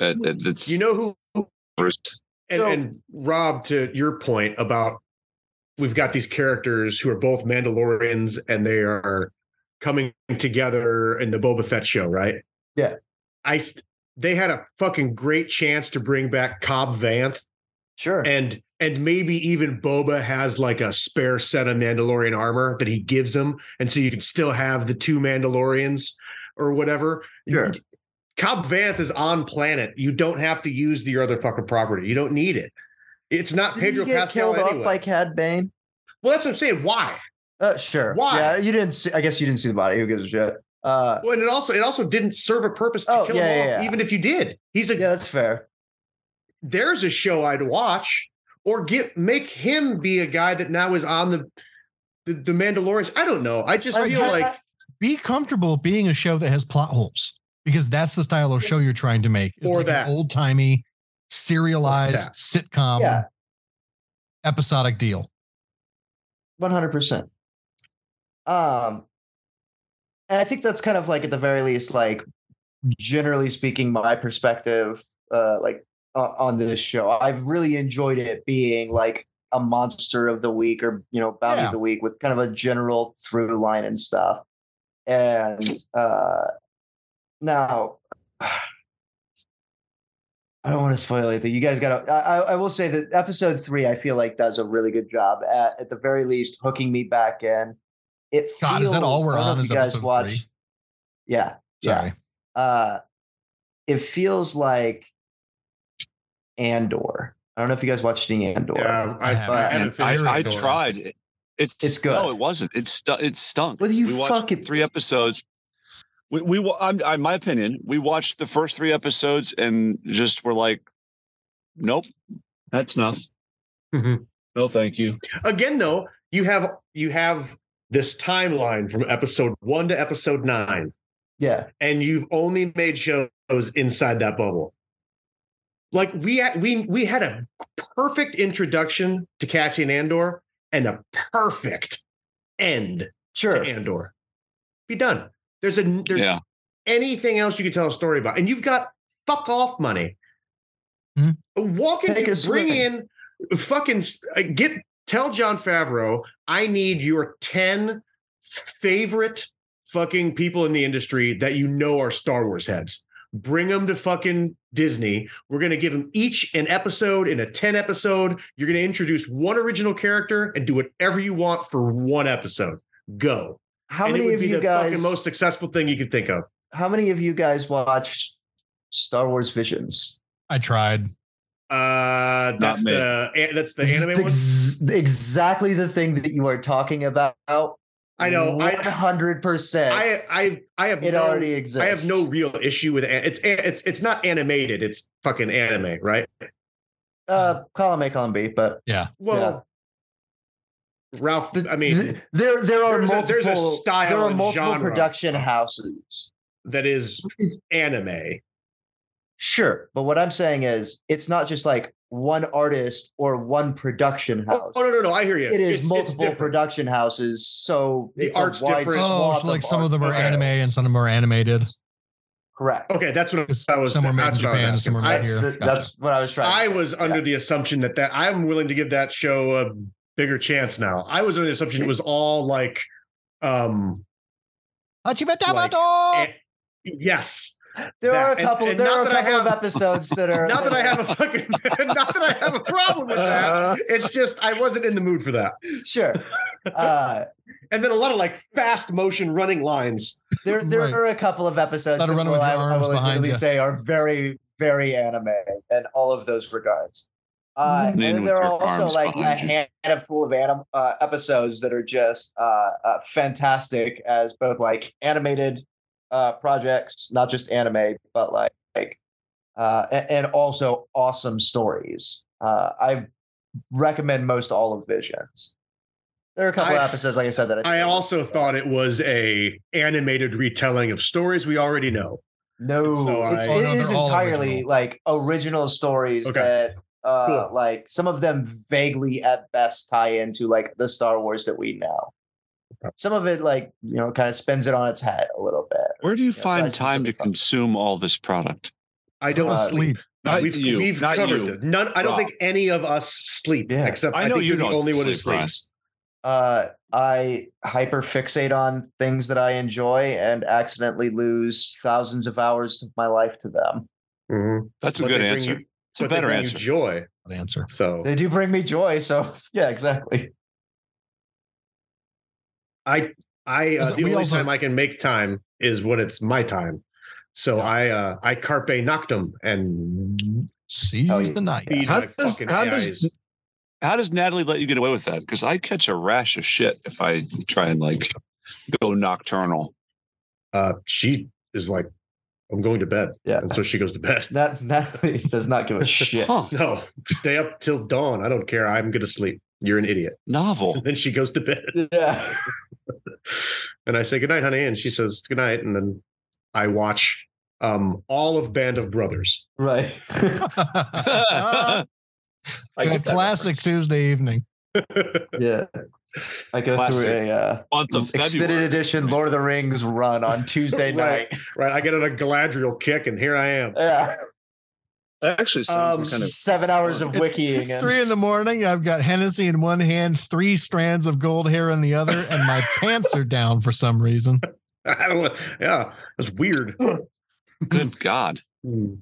Uh, uh, that's you know who first. and, So- and Rob, to your point about we've got these characters who are both Mandalorians and they are coming together in the Boba Fett show, right? Yeah. I st- they had a fucking great chance to bring back Cobb Vanth Sure. and and maybe even Boba has like a spare set of Mandalorian armor that he gives him, and so you could still have the two Mandalorians or whatever. Sure. Cobb Vanth is on planet. You don't have to use the other fucking property. You don't need it. It's not Did Pedro he get Pascal killed anyway. off by Cad Bane? well, that's what I'm saying. Why? Uh, sure. Why? Yeah, you didn't see. I guess you didn't see the body. Who gives a shit? Uh, Well, and it also it also didn't serve a purpose to Oh, kill yeah, him yeah, off, yeah. even if you did. He's a yeah, that's fair. there's a show I'd watch, or get make him be a guy that now is on the the, the Mandalorians. I don't know. I just I feel just- like Be comfortable being a show that has plot holes because that's the style of show you're trying to make. is Or like that. old timey, serialized that. sitcom, Yeah. episodic deal. One hundred percent. Um, and I think that's kind of like at the very least, like generally speaking, my perspective, uh, like o- on this show. I've really enjoyed it being like a monster of the week or you know bounty Yeah. of the week with kind of a general through line and stuff. And uh, now. I don't want to spoil anything. You guys got to. I, I I will say that episode three, I feel like does a really good job at, at the very least, hooking me back in. It feels. God, is that all we're I don't know on? if Is you guys episode watch? three? Yeah. yeah. Sorry. Uh, it feels like Andor. I don't know if you guys watched any Andor. yeah, I, I, haven't. haven't I, finished Very I it. tried. It- It's It's good. No, it wasn't. It stu- it stunk. Well, you we watched fucking- three episodes. We we wa- I'm, I, my opinion. We watched the first three episodes and just were like, nope, that's enough. Mhm. No, thank you. Again, though, you have you have this timeline from episode one to episode nine, Yeah. and you've only made shows inside that bubble. Like we had, we we had a perfect introduction to Cassian Andor and a perfect end Sure. to Andor. Be done. There's a there's yeah, anything else you could tell a story about, and you've got fuck off money. Hmm. Walk Mm-hmm. Take into a bring swing. in fucking s- uh, get tell John Favreau I need your ten favorite fucking people in the industry that you know are Star Wars heads. Bring them to fucking Disney. We're gonna give them each an episode in a ten episode. You're gonna introduce one original character and do whatever you want for one episode. Go. How And it many would of be you the guys? fucking most successful thing you could think of? How many of you guys watched Star Wars Visions? I tried. Uh, that's me. the eh, that's the This is anime one. ex- Exactly the thing that you are talking about. I know. One I hundred percent. I I I have It no, already I exists. have no real issue with an- it's a- it's it's not animated. It's fucking anime, right? uh, column A, column B, but Well, Ralph. The- I mean, th- there there are there's a- multiple there's a style there are and multiple genre. production houses. that is anime. Sure, but what I'm saying is it's not just like one artist or one production Oh, house. oh, no no no! I hear you. It It's- is it's multiple different. production houses, so The it's art's a wide different. Oh, swath so like of some art of them are styles. anime and some of them are animated. correct. Okay, that's what I was. Some are made in that's what I was Japan, asking. some are made I- That's here. the, Gotcha. that's what I was trying. to I say. was under the assumption that that I'm willing to give that show a bigger chance now. I was under the assumption it was all like, um, Oh. Hachimetamado! eh, yes. There that. are a And- couple. and there not are a that I couple of have- episodes that are. Not that I have a fucking, not that I have a problem with that. It's just I wasn't in the mood for that. sure. Uh, And then a lot of like fast motion running lines. there there Right. are a couple of episodes Let that her run will, with I, your I arms will behind admittedly ya. say are very very anime in all of those regards. Uh, Run and in then with there are your also arms like a behind you. handful of anim- uh, episodes that are just uh, uh, fantastic as both like animated uh, projects, not just anime, but like, like uh, a- and, also awesome stories. Uh, I recommend most all of Visions. There are a couple I- of episodes, like I said, that I think are also thought it was a animated retelling of stories we already know. No, So it's, I- Oh, it no, is they're all entirely original. like original stories Okay. that, uh, Cool. like some of them vaguely at best tie into like the Star Wars that we know. Some of it, like you know, kind of spins it on its head a little bit. where do you Yeah, find that's time to specific. consume all this product? I don't Uh, sleep. Not we've you. we've not covered you. this. none. I don't Rob. think any of us sleep Yeah. except I I, know think you you're the don't only one who sleep, Ryan. sleeps. Uh, I hyper fixate on things that I enjoy and accidentally lose thousands of hours of my life to them. Mhm. That's a But good they bring answer. you- It's a but they better bring you answer. Joy. Good answer. So They do bring me joy, so yeah, exactly. I I uh, Also, the we only also- time I can make time is when it's my time. So I uh I carpe noctem and Seize Oh, the night. feed How my does fucking how AIs. does How does Natalie let you get away with that? Because I'd catch a rash of shit if I try and like go nocturnal. Uh, she is like, I'm going to bed. Yeah. And so she goes to bed. That Natalie does not give a shit. Huh, No, stay up till dawn. I don't care. I'm going to sleep. You're an idiot. novel. then she goes to bed. Yeah. And I say, good night, honey. And she says, good night. And then I watch um, all of Band of Brothers. Right. a I get that classic reference. Tuesday evening. yeah. I go Classic. through a uh, month of extended February. edition Lord of the Rings run on Tuesday Right. night. right. I get on a Galadriel kick, and here I am. Yeah. That actually sounds Um, kind of seven hours of It's wikiing. And, Three in the morning. I've got Hennessy in one hand, three strands of gold hair in the other, and my pants are down for some reason. I don't know. Yeah, that's weird. good. God, Who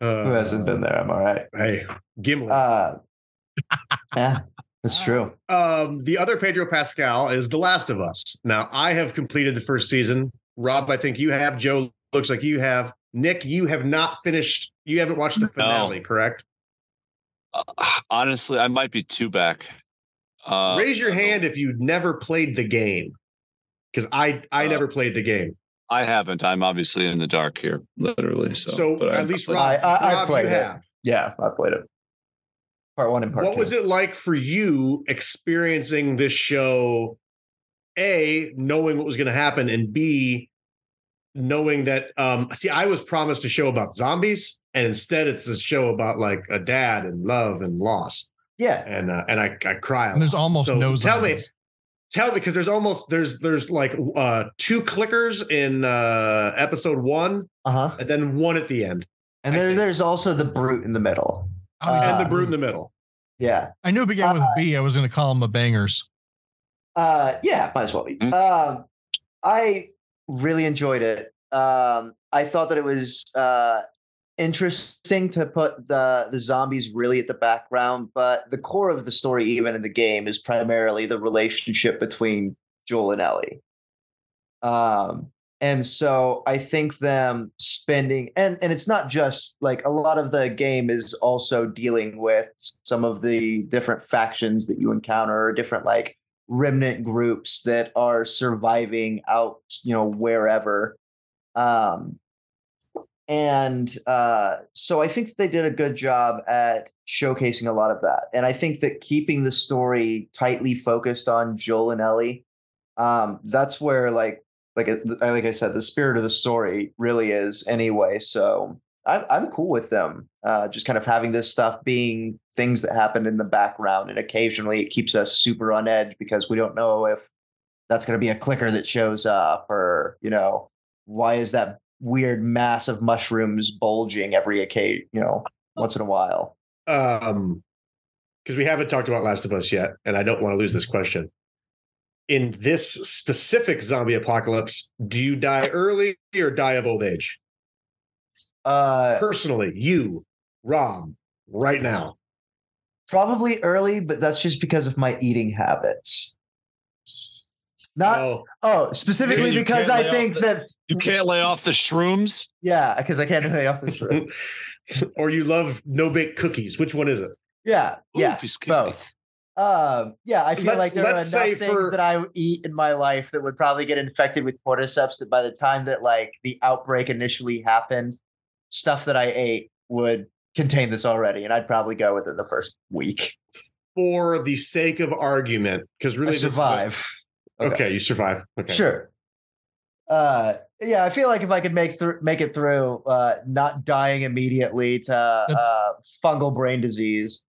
who hasn't been there? I'm all right. Hey, Gimli. Uh, yeah, it's true. um, the other Pedro Pascal is The Last of Us. Now, I have completed the first season. Rob, I think you have. Joe looks like you have. Nick, you have not finished. You haven't watched the finale, correct? Uh, honestly, I might be two back. Uh, Raise your hand if you never played the game, because I I Uh, never played the game. I haven't. I'm obviously in the dark here, literally. So, So, but I- at least but- Rob, I- I- I Rob, you played it. have. Yeah, I played it. Part one and part What two. was it like for you experiencing this show? A, knowing what was going to happen, and B, knowing that. Um, see, I was promised a show about zombies, and instead, it's a show about like a dad and love and loss, Yeah. and uh, and I I cry. a And there's lot. almost So no. Tell me, zombies. tell me, because there's almost there's there's like uh, two clickers in uh, episode one, Uh huh. and then one at the end, And I there, think- there's also the brute in the middle. I was- Uh, and the brute in the middle. Yeah. I knew it began with a B. I was going to call them a bangers. Uh, yeah, might as well be. Mm. Um, I really enjoyed it. Um, I thought that it was uh, interesting to put the the zombies really at the background, but the core of the story, even in the game, is primarily the relationship between Joel and Ellie. Um, and so I think them spending and and it's not just like a lot of the game is also dealing with some of the different factions that you encounter, or different like remnant groups that are surviving out, you know, wherever. Um, and uh, so I think they did a good job at showcasing a lot of that. And I think that keeping the story tightly focused on Joel and Ellie, um, that's where like like I- like I said, the spirit of the story really is anyway. So I'm I'm cool with them. Uh, just kind of having this stuff being things that happen in the background, and occasionally it keeps us super on edge because we don't know if that's going to be a clicker that shows up, or you know, why is that weird mass of mushrooms bulging every occasion, you know, once in a while. um because we haven't talked about last of us yet and i don't want to lose Mm-hmm. this question in this specific zombie apocalypse do you die early or die of old age Uh, personally you rob right now probably early, but that's just because of my eating habits. Not oh, Oh, specifically Because you because can't I lay think off the- that you can't lay off the shrooms. yeah, because I can't lay off this room. or you love no bake cookies which one is it Yeah, Ooh, yes, just kidding. both. Um, yeah, I feel Let's- like there let's are say enough things for- that I eat in my life that would probably get infected with cordyceps that by the time that like the outbreak initially happened, stuff that I ate would contain this already, and I'd probably go within the first week. for the sake of argument because really I this is a- survive. okay. you survive okay Sure. Uh, yeah, I feel like if I could make through make it through, uh, not dying immediately to That's- uh, fungal brain disease,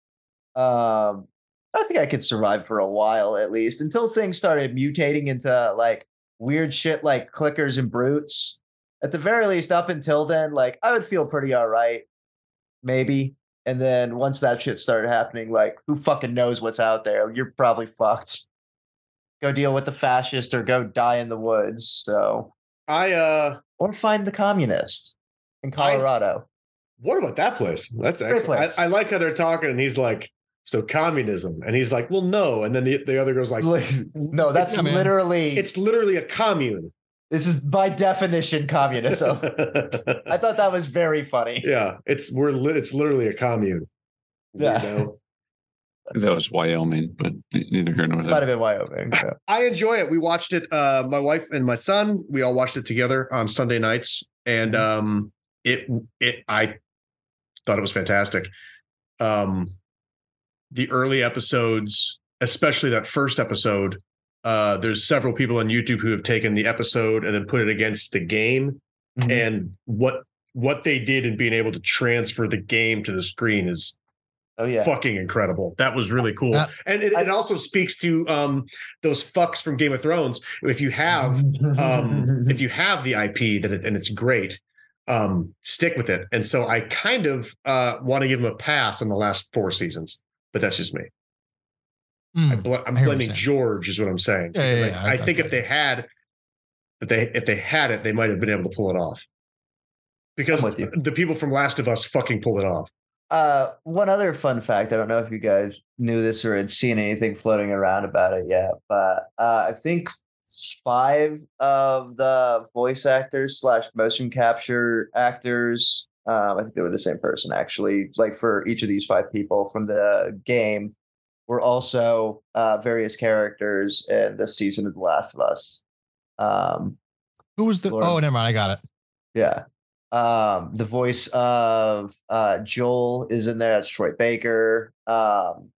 um, I think I could survive for a while at least until things started mutating into like weird shit like clickers and brutes. At the very least, up until then, like I would feel pretty all right, maybe. And then once that shit started happening, like who fucking knows what's out there? You're probably fucked. Go deal with the fascist or go die in the woods. So, i uh or find the communist in I s- Colorado. what about that place that's excellent place. I, I like how they're talking and he's like so communism and he's like well no and then the, the other girl's like no, that's Yeah, man. literally it's literally a commune this is by definition communism. I thought that was very funny. yeah, it's we're li- it's literally a commune. Yeah. weirdo. That was Wyoming, but neither here nor Might there. have been Wyoming. so. I enjoy it. We watched it. Uh, my wife and my son. We all watched it together on Sunday nights, and um, it it I thought it was fantastic. Um, the early episodes, especially that first episode, uh, there's several people on YouTube who have taken the episode and then put it against the game, Mhm. and what what they did in being able to transfer the game to the screen is Oh yeah. fucking incredible. That was really cool. That- and it, it also speaks to um those fucks from Game of Thrones. If you have um if you have the IP that it, and it's great, um stick with it. And so I kind of uh want to give them a pass on the last four seasons. But that's just me. I Mm. bl- I'm I hear what you're blaming saying. George is what I'm saying. Yeah, yeah, Because yeah, I, I I got think you. if they had if they if they had it, they might have been able to pull it off. Because I'm with you. the people from Last of Us fucking pulled it off. Uh, one other fun fact. I don't know if you guys knew this or had seen anything floating around about it yet, but uh, I think five of the voice actors slash motion capture actors. Um, I think they were the same person actually. Like for each of these five people from the game, were also uh, various characters in this season of The Last of Us. Um, Who was the? Lord. Oh, never mind. I got it. yeah. Um, the voice of uh, Joel is in there. That's Troy Baker. Um,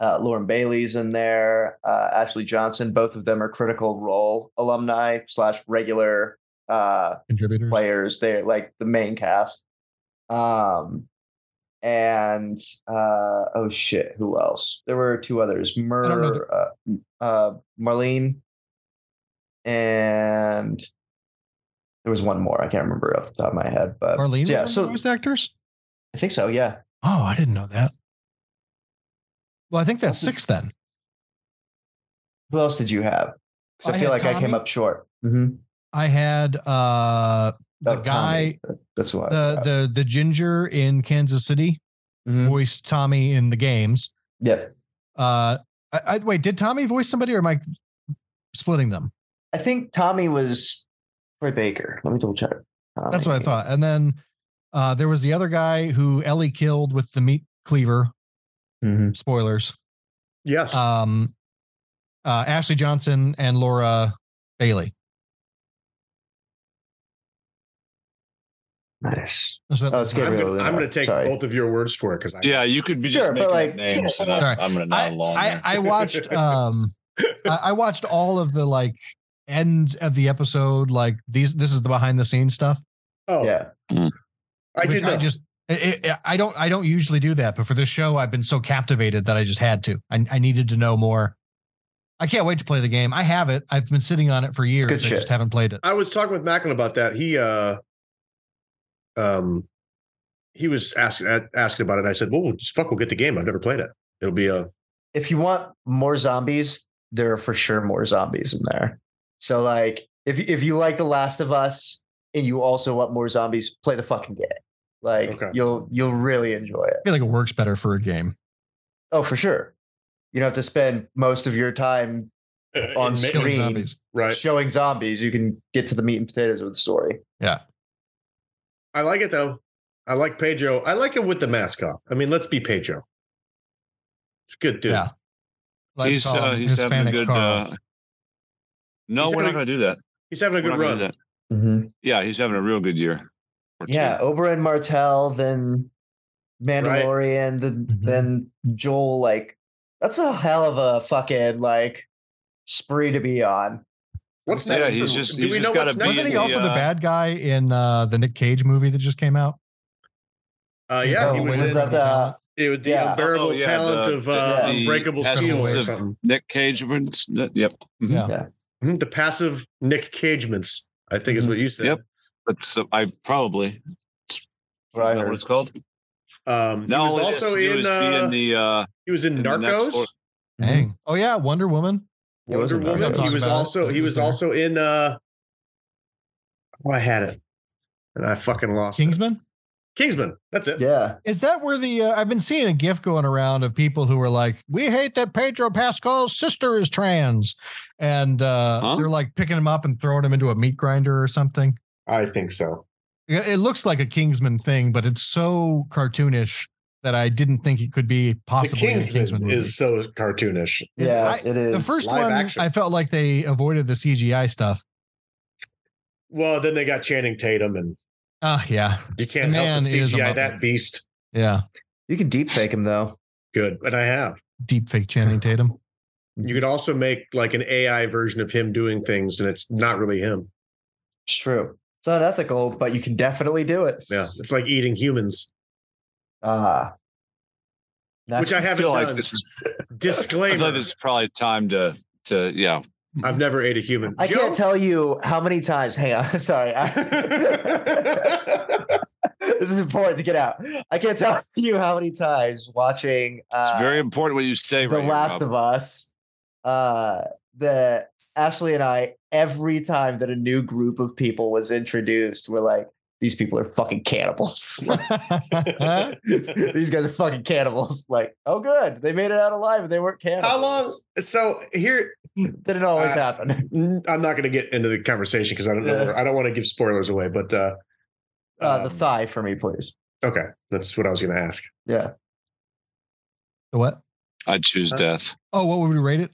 uh, Lauren Bailey's in there. Uh, Ashley Johnson. Both of them are Critical Role alumni slash regular uh, Contributors. players. They're like the main cast. Um, and uh, oh shit, who else? There were two others. don't know Mer, uh, m- uh, Marlene, and there was one more. I can't remember off the top of my head, uh, but Marlene. was one yeah. of So the voice actors. I think so. Yeah. Oh, I didn't know that. Well, I think that's six then. Who else did you have? 'Cause I, I feel had like I came Tommy. up short. hmm I had uh the guy, That's uh, what. the the the ginger in Kansas City Mhm. voiced Tommy in the games. Yep. Uh, I, I wait. Did Tommy voice somebody, or am I splitting them? I think Tommy was Troy Baker. Let me double check. That's what I Tommy. thought. And then uh, there was the other guy who Ellie killed with the meat cleaver. Mhm. Spoilers. Yes. Um, uh, Ashley Johnson and Laura Bailey. Nice. So that- Oh, it's I'm Gabriel gonna, I'm Luna. gonna take Sorry. both of your words for it because I Yeah, you could be Sure, just but making like- up names, and Sorry. I, I'm gonna nod along. I, there. I watched um I, I watched all of the like end of the episode like these this is the behind the scenes stuff Oh, Yeah. I which did not. I just i i I don't I don't usually do that but for this show I've been so captivated that I just had to I, I needed to know more I can't wait to play the game I have it I've been sitting on it for years I good shit. just haven't played it I was talking with Macklin about that. He uh um he was asking a- asking about it. And I said, Well, we'll just fuck, we'll get the game. I've never played it. It'll be a if you want more zombies, there are for sure more zombies in there. So like if if you like The Last of Us and you also want more zombies, play the fucking game. Like Okay. you'll you'll really enjoy it. I feel like it works better for a game Oh, for sure. You don't have to spend most of your time in On May- screen. Green. zombies Right. showing zombies. You can get to the meat and potatoes of the story. I like it though. I like Pedro. I like it with the mask off. I mean, let's be Pedro. It's a good dude. yeah Let's he's call uh, him he's having a Hispanic good. Carl. Uh, no, He's having we're not a- gonna do that. He's having a We're good not gonna do run. that. Mm-hmm. Yeah, he's having a real good year. Or two. Yeah, Oberyn Martell, then Mandalorian, then Mm-hmm. Mhm. then Joel. Like that's a hell of a fucking like spree to be on. What's Yeah, next? he's for- just- do he's we just know gotta what's be next? wasn't he the, also the uh, bad guy in uh, the Nick Cage movie that just came out Uh, yeah, Oh, he was, was in that the- it was the yeah. unbearable Oh, yeah, talent the- of uh, the- unbreakable the steel or essence of- something. Nick Cage. wins- Yep. Mhm. Yeah. Mhm, The passive Nick Cagements, I think is Mhm. what you said. Yep. But so I probably What is I that what heard. it's called? Um, No, he was it has also to do in, is be uh, in the uh, he was in in the next Narcos, or- Dang. Oh yeah, Wonder Woman. It Mm-hmm. Wonder wasn't Woman. Narcos. He was Talk about also it. he was It was also in uh oh I had it and I fucking lost it. Kingsman. Kingsman. That's it. Yeah. Is that where the uh, I've been seeing a gif going around of people who are like, "We hate that Pedro Pascal's sister is trans," and uh, Huh? they're like picking him up and throwing him into a meat grinder or something. I think so. It it looks like a Kingsman thing, but it's so cartoonish that I didn't think it could be The possibly in a Kingsman, Kingsman movie. is so cartoonish. Is- yeah, I- it is. the first live one, action. I felt like they avoided the CGI stuff. Well, then they got Channing Tatum, and Oh yeah, you can't The help man the is a CGI Muppet. that beast. yeah. you can deep fake him though. Good, and I have. Deep fake Channing Tatum. You could also make like an AI version of him doing things, and it's not really him. It's true. It's not ethical, but you can definitely do it. Yeah, it's like eating humans, Uh, which I I haven't feel done. like this is. I Disclaimer: feel like this is probably time to to yeah. I've never ate a human. I Joe- can't tell you how many times. Hang on, sorry. I- this is important to get out. I can't tell you how many times watching It's uh, very important what you say. The right here, Last Rob. of Us. Uh, the Ashley and I, every time that a new group of people was introduced, we're like, "These people are fucking cannibals." These guys are fucking cannibals. Like, oh, good, they made it out alive and they weren't cannibals. How long? So here, Didn't always Uh, happen. n- I'm not going to get into the conversation because I don't know. Yeah. where- I don't want to give spoilers away, but uh, Uh, um, the thigh for me, please. Okay, that's what I was going to ask. Yeah. The what? I choose Huh? death. Oh, what would we rate it?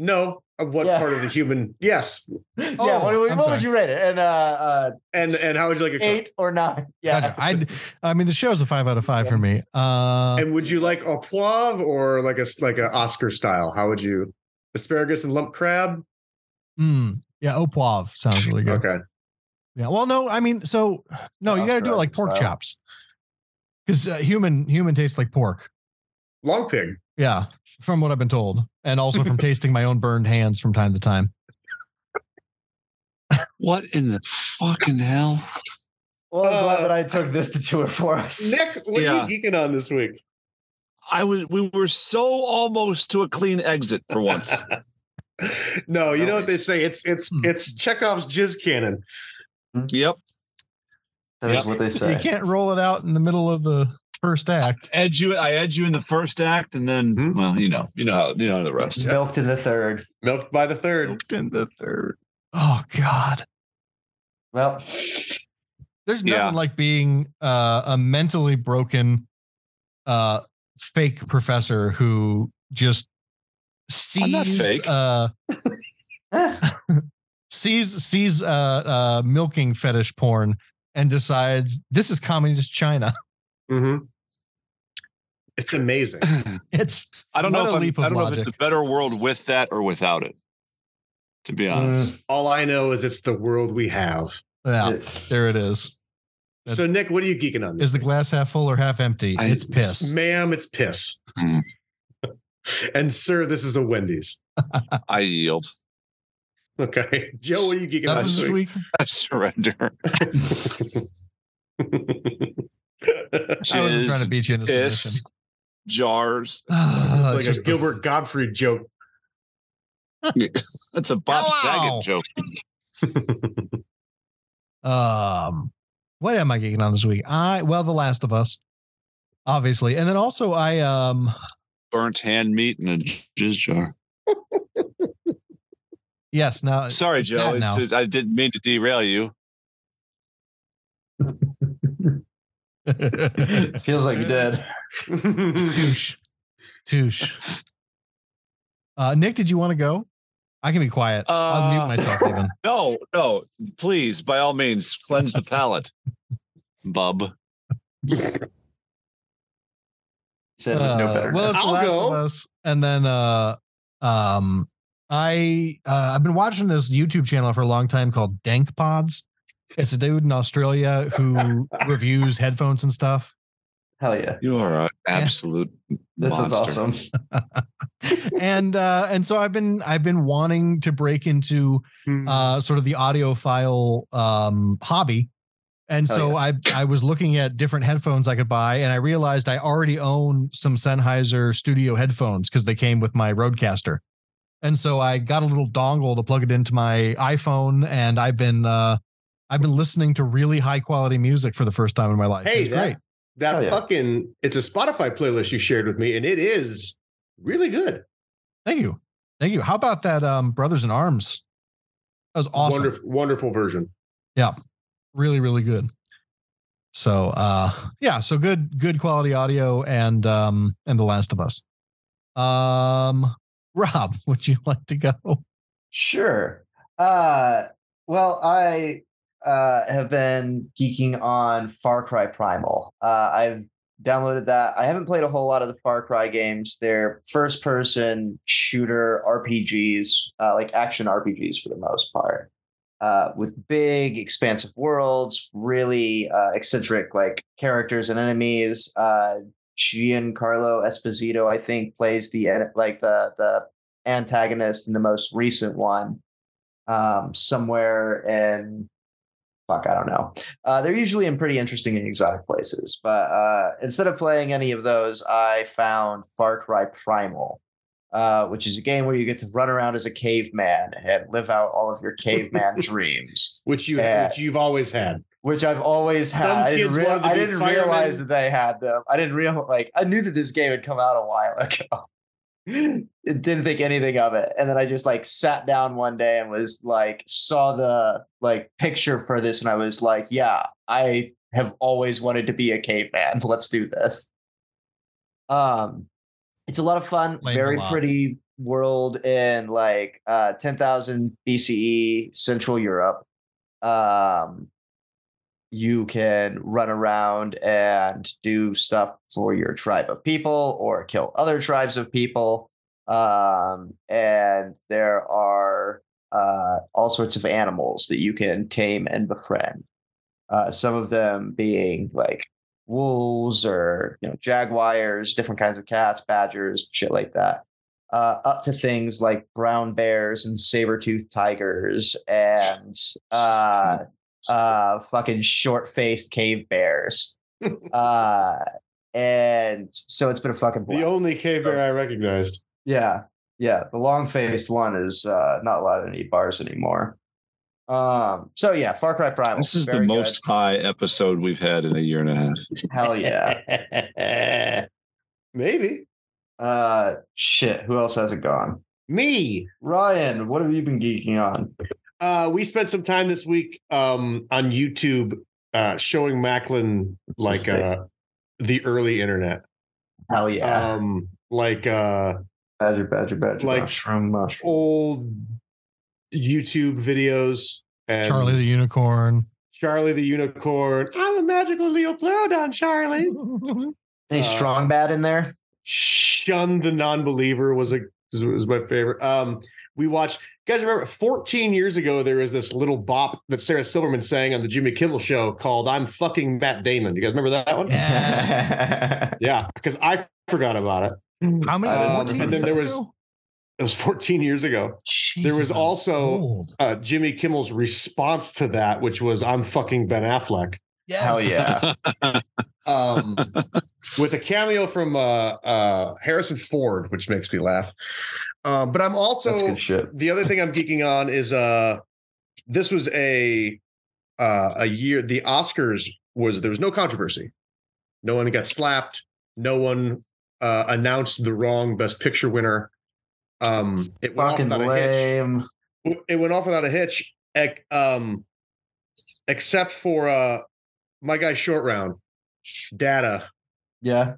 No, uh, what Yeah. part of the human? Yes, yeah. Oh, What, what I'm would sorry. you rate it? And uh, uh, and and how would you like a eight or nine? Yeah. Gotcha. I, I mean, the show's a five out of five for me. Uh, And would you like a poivre or like a like a Oscar style? How would you asparagus and lump crab? mm, yeah, au poivre sounds really good. Okay, Yeah. Well, no, I mean, so no, you got to do it like pork Style. chops, because uh, human human tastes like pork. long pig. Yeah, from what I've been told, and also from tasting my own burned hands from time to time. What in the fucking hell? Well, I'm glad Uh, that I took this to tour for us. Nick, what Yeah. are you geeking on this week? I was. We were so almost to a clean exit for once. no, you know what they say. It's it's Hmm. it's Chekhov's jizz cannon. yep. That is Yep. what they You can't roll it out in the middle of the first act. Edge you. I edge you in the first act, and then Mhm. well, you know, you know how you know the rest. Milked in the third. Milked by the third. In the third. Oh God. Well, There's nothing Yeah. like being uh, a mentally broken uh, fake professor who just I'm not sees fake. uh, eh, sees sees uh, uh, milking fetish porn and decides this is communist China. Mm-hmm. It's amazing. It's I don't know What if a I'm, leap of I don't know if it's logic. a better world with that or without it. To be honest, All I know is it's the world we have. yeah, mm, it- there it is. That's- So Nick, what are you geeking on? Is the glass half full or half empty? I- it's piss. Ma'am, it's piss. Mm. and sir, this is a Wendy's. Uh. I yield. Okay, Joe, what are you geeking Nothing on this this week. I surrender. Oh, week? I wasn't trying to Jizz, beat you into submission. piss, jars. Ah, it's like just- a Gilbert Gottfried joke. That's a Bob Wow. Saget joke. Um, what am I geeking on this week? I well, The Last of Us, obviously, and then also I um Burnt hand meat in a jizz jar. yes now Sorry, it's Joe. bad Uh, now. It's- I didn't mean to derail you. it feels like you did. touche touche. Uh, Nick, did you want to go? I can be quiet. I'll mute Uh, myself even. No, no. Please, by all means, cleanse the palate, bub. Said with no Uh, better. Well, it's The I'll Last go. of Us, and then uh, um, I uh, I've been watching this YouTube channel for a long time called Dank Pods. It's a dude in Australia who reviews headphones and stuff. Hell yeah. You are an absolute. This monster. is awesome. and uh, and so I've been I've been wanting to break into uh, sort of the audiophile um, hobby, and Hell so I I was looking at different headphones I could buy, and I realized I already own some Sennheiser Studio headphones because they came with my Roadcaster, and so I got a little dongle to plug it into my iPhone, and I've been uh, I've been listening to really high quality music for the first time in my life. Hey, It's that, great. that Hell Oh, yeah. fucking it's a Spotify playlist you shared with me, and it is really good. Thank you, thank you. How about that, um, Brothers in Arms? That was awesome. Wonderful, wonderful version. really really good So uh yeah, so good good quality audio and um and The Last of Us. Um Rob, would you like to go? Um, Sure. Uh, well, I uh, have been geeking on Far Cry Primal. Uh, I've downloaded that. I haven't played a whole lot of the Far Cry games. They're first person shooter RPGs, uh, like action RPGs for the most part, uh, with big, expansive worlds, really uh, eccentric like characters and enemies. Uh, Giancarlo Esposito, I think, plays the en- like the the antagonist in the most recent one, um, somewhere in fuck, I don't know. Uh, they're usually in pretty interesting and exotic places. But uh, instead of playing any of those, I found Far Cry Primal, uh, which is a game where you get to run around as a caveman and live out all of your caveman dreams, which you Yeah. which you've always had. which I've always had. Some I didn't, kids rea- wanted to I be didn't firemen. realize that they had them. I didn't realize, like, I knew that this game had come out a while ago. didn't think anything of it and then i just like sat down one day and was like saw the like picture for this and i was like yeah i have always wanted to be a caveman let's do this um it's a lot of fun Explains a very lot. pretty world in like uh 10000 bce E, central europe um you can run around and do stuff for your tribe of people or kill other tribes of people um and there are uh all sorts of animals that you can tame and befriend uh some of them being like wolves or you know jaguars different kinds of cats badgers shit like that uh, up to things like brown bears and saber-toothed tigers and uh, uh, fucking short-faced cave bears uh, and so it's been a fucking The blast. only cave bear I recognized. Yeah. Yeah. The long faced one is uh, not allowed in any bars anymore. Um, so yeah, Far Cry Primal. This is the Very most high episode we've had in a year and a half. good. hell yeah. Maybe. Uh shit, who else hasn't gone? Me. Ryan, what have you been geeking on? Uh, we spent some time this week um, on YouTube uh, showing Macklin like uh, the early internet. Hell yeah. Um, like uh, badger, badger, badger, like- mushroom, mushroom. old YouTube videos and Charlie the Unicorn. Charlie the Unicorn. I'm a magical Leopleurodon, Charlie. Any uh, strong bad in there? Shun the Non-Believer was a was my favorite. Um, we watched guys remember 14 years ago there was this little bop that Sarah Silverman sang on the Jimmy Kimmel show called I'm fucking Matt Damon. You guys remember that one? Yeah, because I forgot about it. How many? Um, 14 and then there years was- ago? It was 14 years ago. Jesus, there was Oh. I'm also old. uh, Jimmy Kimmel's response to that, which was I'm fucking Ben Affleck. Hell yeah. um, with a cameo from uh, uh, Harrison Ford, which makes me laugh. Um, but I'm That's also good shit. the other thing I'm geeking on is uh, this was a uh, a year the Oscars was there was no controversy, no one got slapped, no one uh, announced the wrong Best Picture winner. Um, it went off Fucking without a hitch lame. it went off without a hitch, ec- um, except for uh, my guy short round data. Yeah.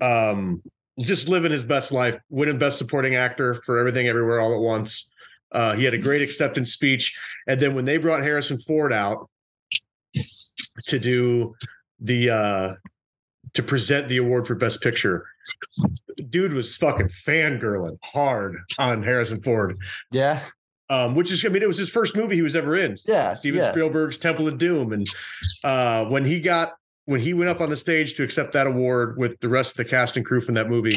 Um, just living his best life, winning best supporting actor for everything, everywhere, all at once. Uh, he had a great acceptance speech, and then when they brought Harrison Ford out to do the uh, to present the award for best picture, dude was fucking fangirling hard on Harrison Ford, Yeah. um, which is I mean it was his first movie he was ever in, Yeah. Steven yeah. Spielberg's Temple of Doom. And uh, when he got when he went up on the stage to accept that award with the rest of the cast and crew from that movie,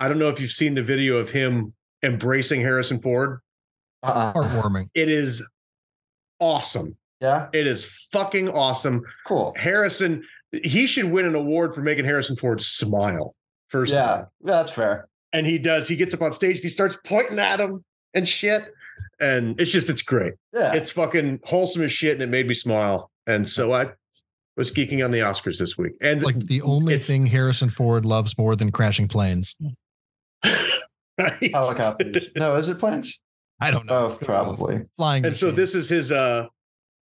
I don't know if you've seen the video of him embracing Harrison Ford. Uh-uh. heartwarming. It is awesome. Yeah. It is fucking awesome. Cool. Harrison, he should win an award for making Harrison Ford smile. First, of all Yeah. Yeah, that's fair. and he does. He gets up on stage, and he starts pointing at him and shit. And it's just, it's great Yeah. it's fucking wholesome as shit and it made me smile and so i was geeking on the oscars this week and It's like the only It's- thing Harrison Ford loves more than crashing planes. Right? helicopters. No, is it planes? I don't know. Both, probably. Flying. Oh, and so machines. this is his uh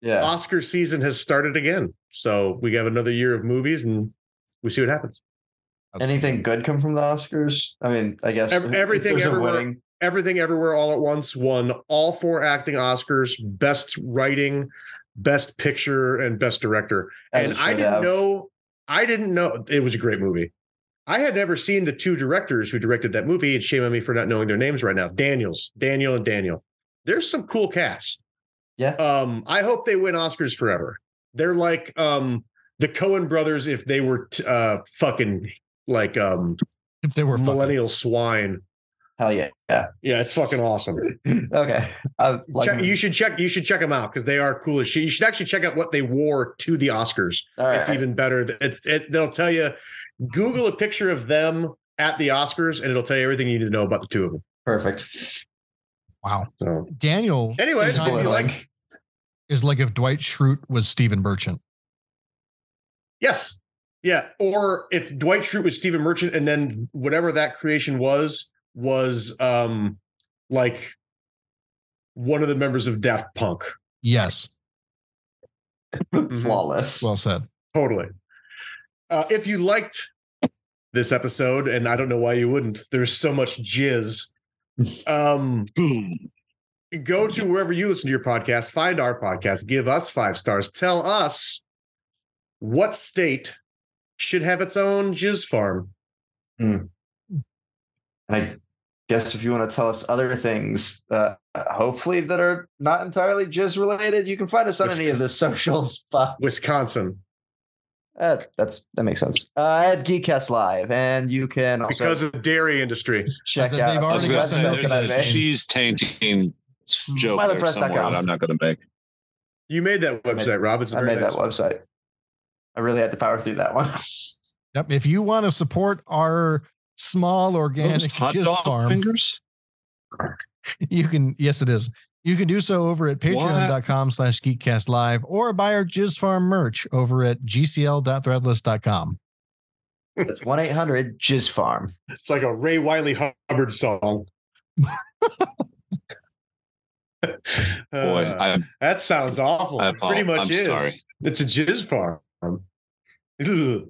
Yeah. Oscar season has started again. So we have another year of movies and we see what happens. Anything good come from the Oscars? I mean, I guess Ev- if everything there's a everywhere. winning- Everything Everywhere All at Once won all four acting Oscars, best writing, best picture, and best director. as and it I should didn't have. know, I didn't know it was a great movie. I had never seen the two directors who directed that movie, and shame on me for not knowing their names right now. Daniels, Daniel, and Daniel. There's some cool cats. Yeah. Um, I hope they win Oscars forever. They're like um the Cohen brothers if they were t- uh fucking like um If they were fucking- millennial swine. Hell yeah. Yeah. Yeah, it's fucking awesome. Okay. I like Check- you should check. You should check them out because they are cool as shit. You should actually check out what they wore to the Oscars. All right. It's even better. Th- It's it, they'll tell you. Google a picture of them at the Oscars, and it'll tell you everything you need to know about the two of them. perfect. Wow. So Daniel anyway, It's if you Blue like, Link. is like if Dwight Schrute was Stephen Merchant. yes, yeah. Or if Dwight Schrute was Stephen Merchant, and then whatever that creation was was um like one of the members of Daft Punk. Yes. Mm-hmm. Flawless. Well said. Totally. Uh, if you liked this episode, and I don't know why you wouldn't, there's so much jizz. Um, go to wherever you listen to your podcast, find our podcast, give us five stars, tell us what state should have its own jizz farm. I guess if you want to tell us other things, uh, hopefully that are not entirely jizz related, you can find us on any of the socials. But Wisconsin, uh, that's that makes sense. Uh, at Geekcast Live, and you can also because of the dairy industry. check They've out. I was already going got to say milk there's in our a veins. cheese tainting It's joke there somewhere that I'm filepress.com. not going to make. You made that I made- website, Rob. It's a I very made that nice- website. I really had to power through that one. Yep. If you want to support our small organic Those hot jizz dog farm, fingers. you can yes it is. You can do so over at patreon.com slash geekcast live or buy our jizz farm merch over at gcl.threadless.com. It's one eight hundred Jizz Farm. It's like a Ray Wiley Hubbard song. Boy, Uh, I, That sounds awful. I It pretty much apologize. I'm is. sorry. It's a jizz farm. Ugh.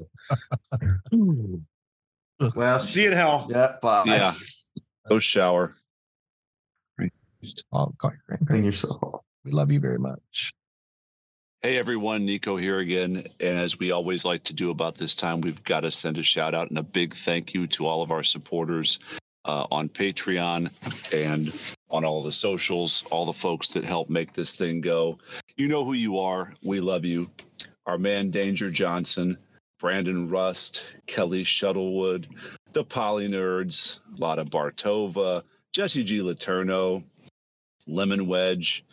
Well, See you in hell. yeah, Bob. Yeah. go shower. I'll Oh, call you. Clean yourself. We love you very much. Hey everyone, Nico here again. And as we always like to do about this time, we've got to send a shout out and a big thank you to all of our supporters uh, on Patreon and on all the socials, all the folks that help make this thing go. You know who you are. We love you. Our man Danger Johnson, Brandon Rust, Kelly Shuttlewood, the Poly Nerds, Lotta Bartova, Jesse G. Letourneau, Lemon Wedge,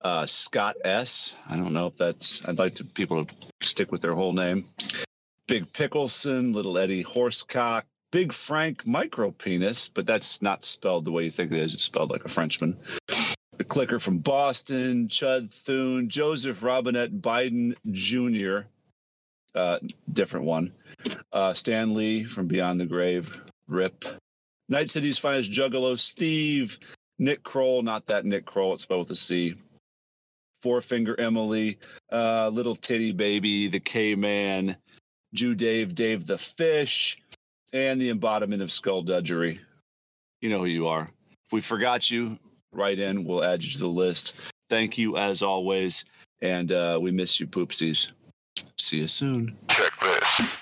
uh, Scott S. I don't know if that's. I'd like to people to stick with their whole name. Big Pickleson, Little Eddie Horsecock, Big Frank Micro Penis, but that's not spelled the way you think it is. It's spelled like a Frenchman. The Clicker from Boston, Chud Thune, Joseph Robinette Biden Jr. Uh, different one. Uh, Stan Lee from Beyond the Grave, Rip. Night City's finest Juggalo, Steve. Nick Kroll, not that Nick Kroll, it's spelled with a C. Four Finger Emily, uh, Little Titty Baby, The K Man, Jew Dave, Dave the Fish, and the embodiment of skullduggery. You know who you are. If we forgot you, write in. We'll add you to the list. Thank you as always. And uh, we miss you, poopsies. See you soon. Check this.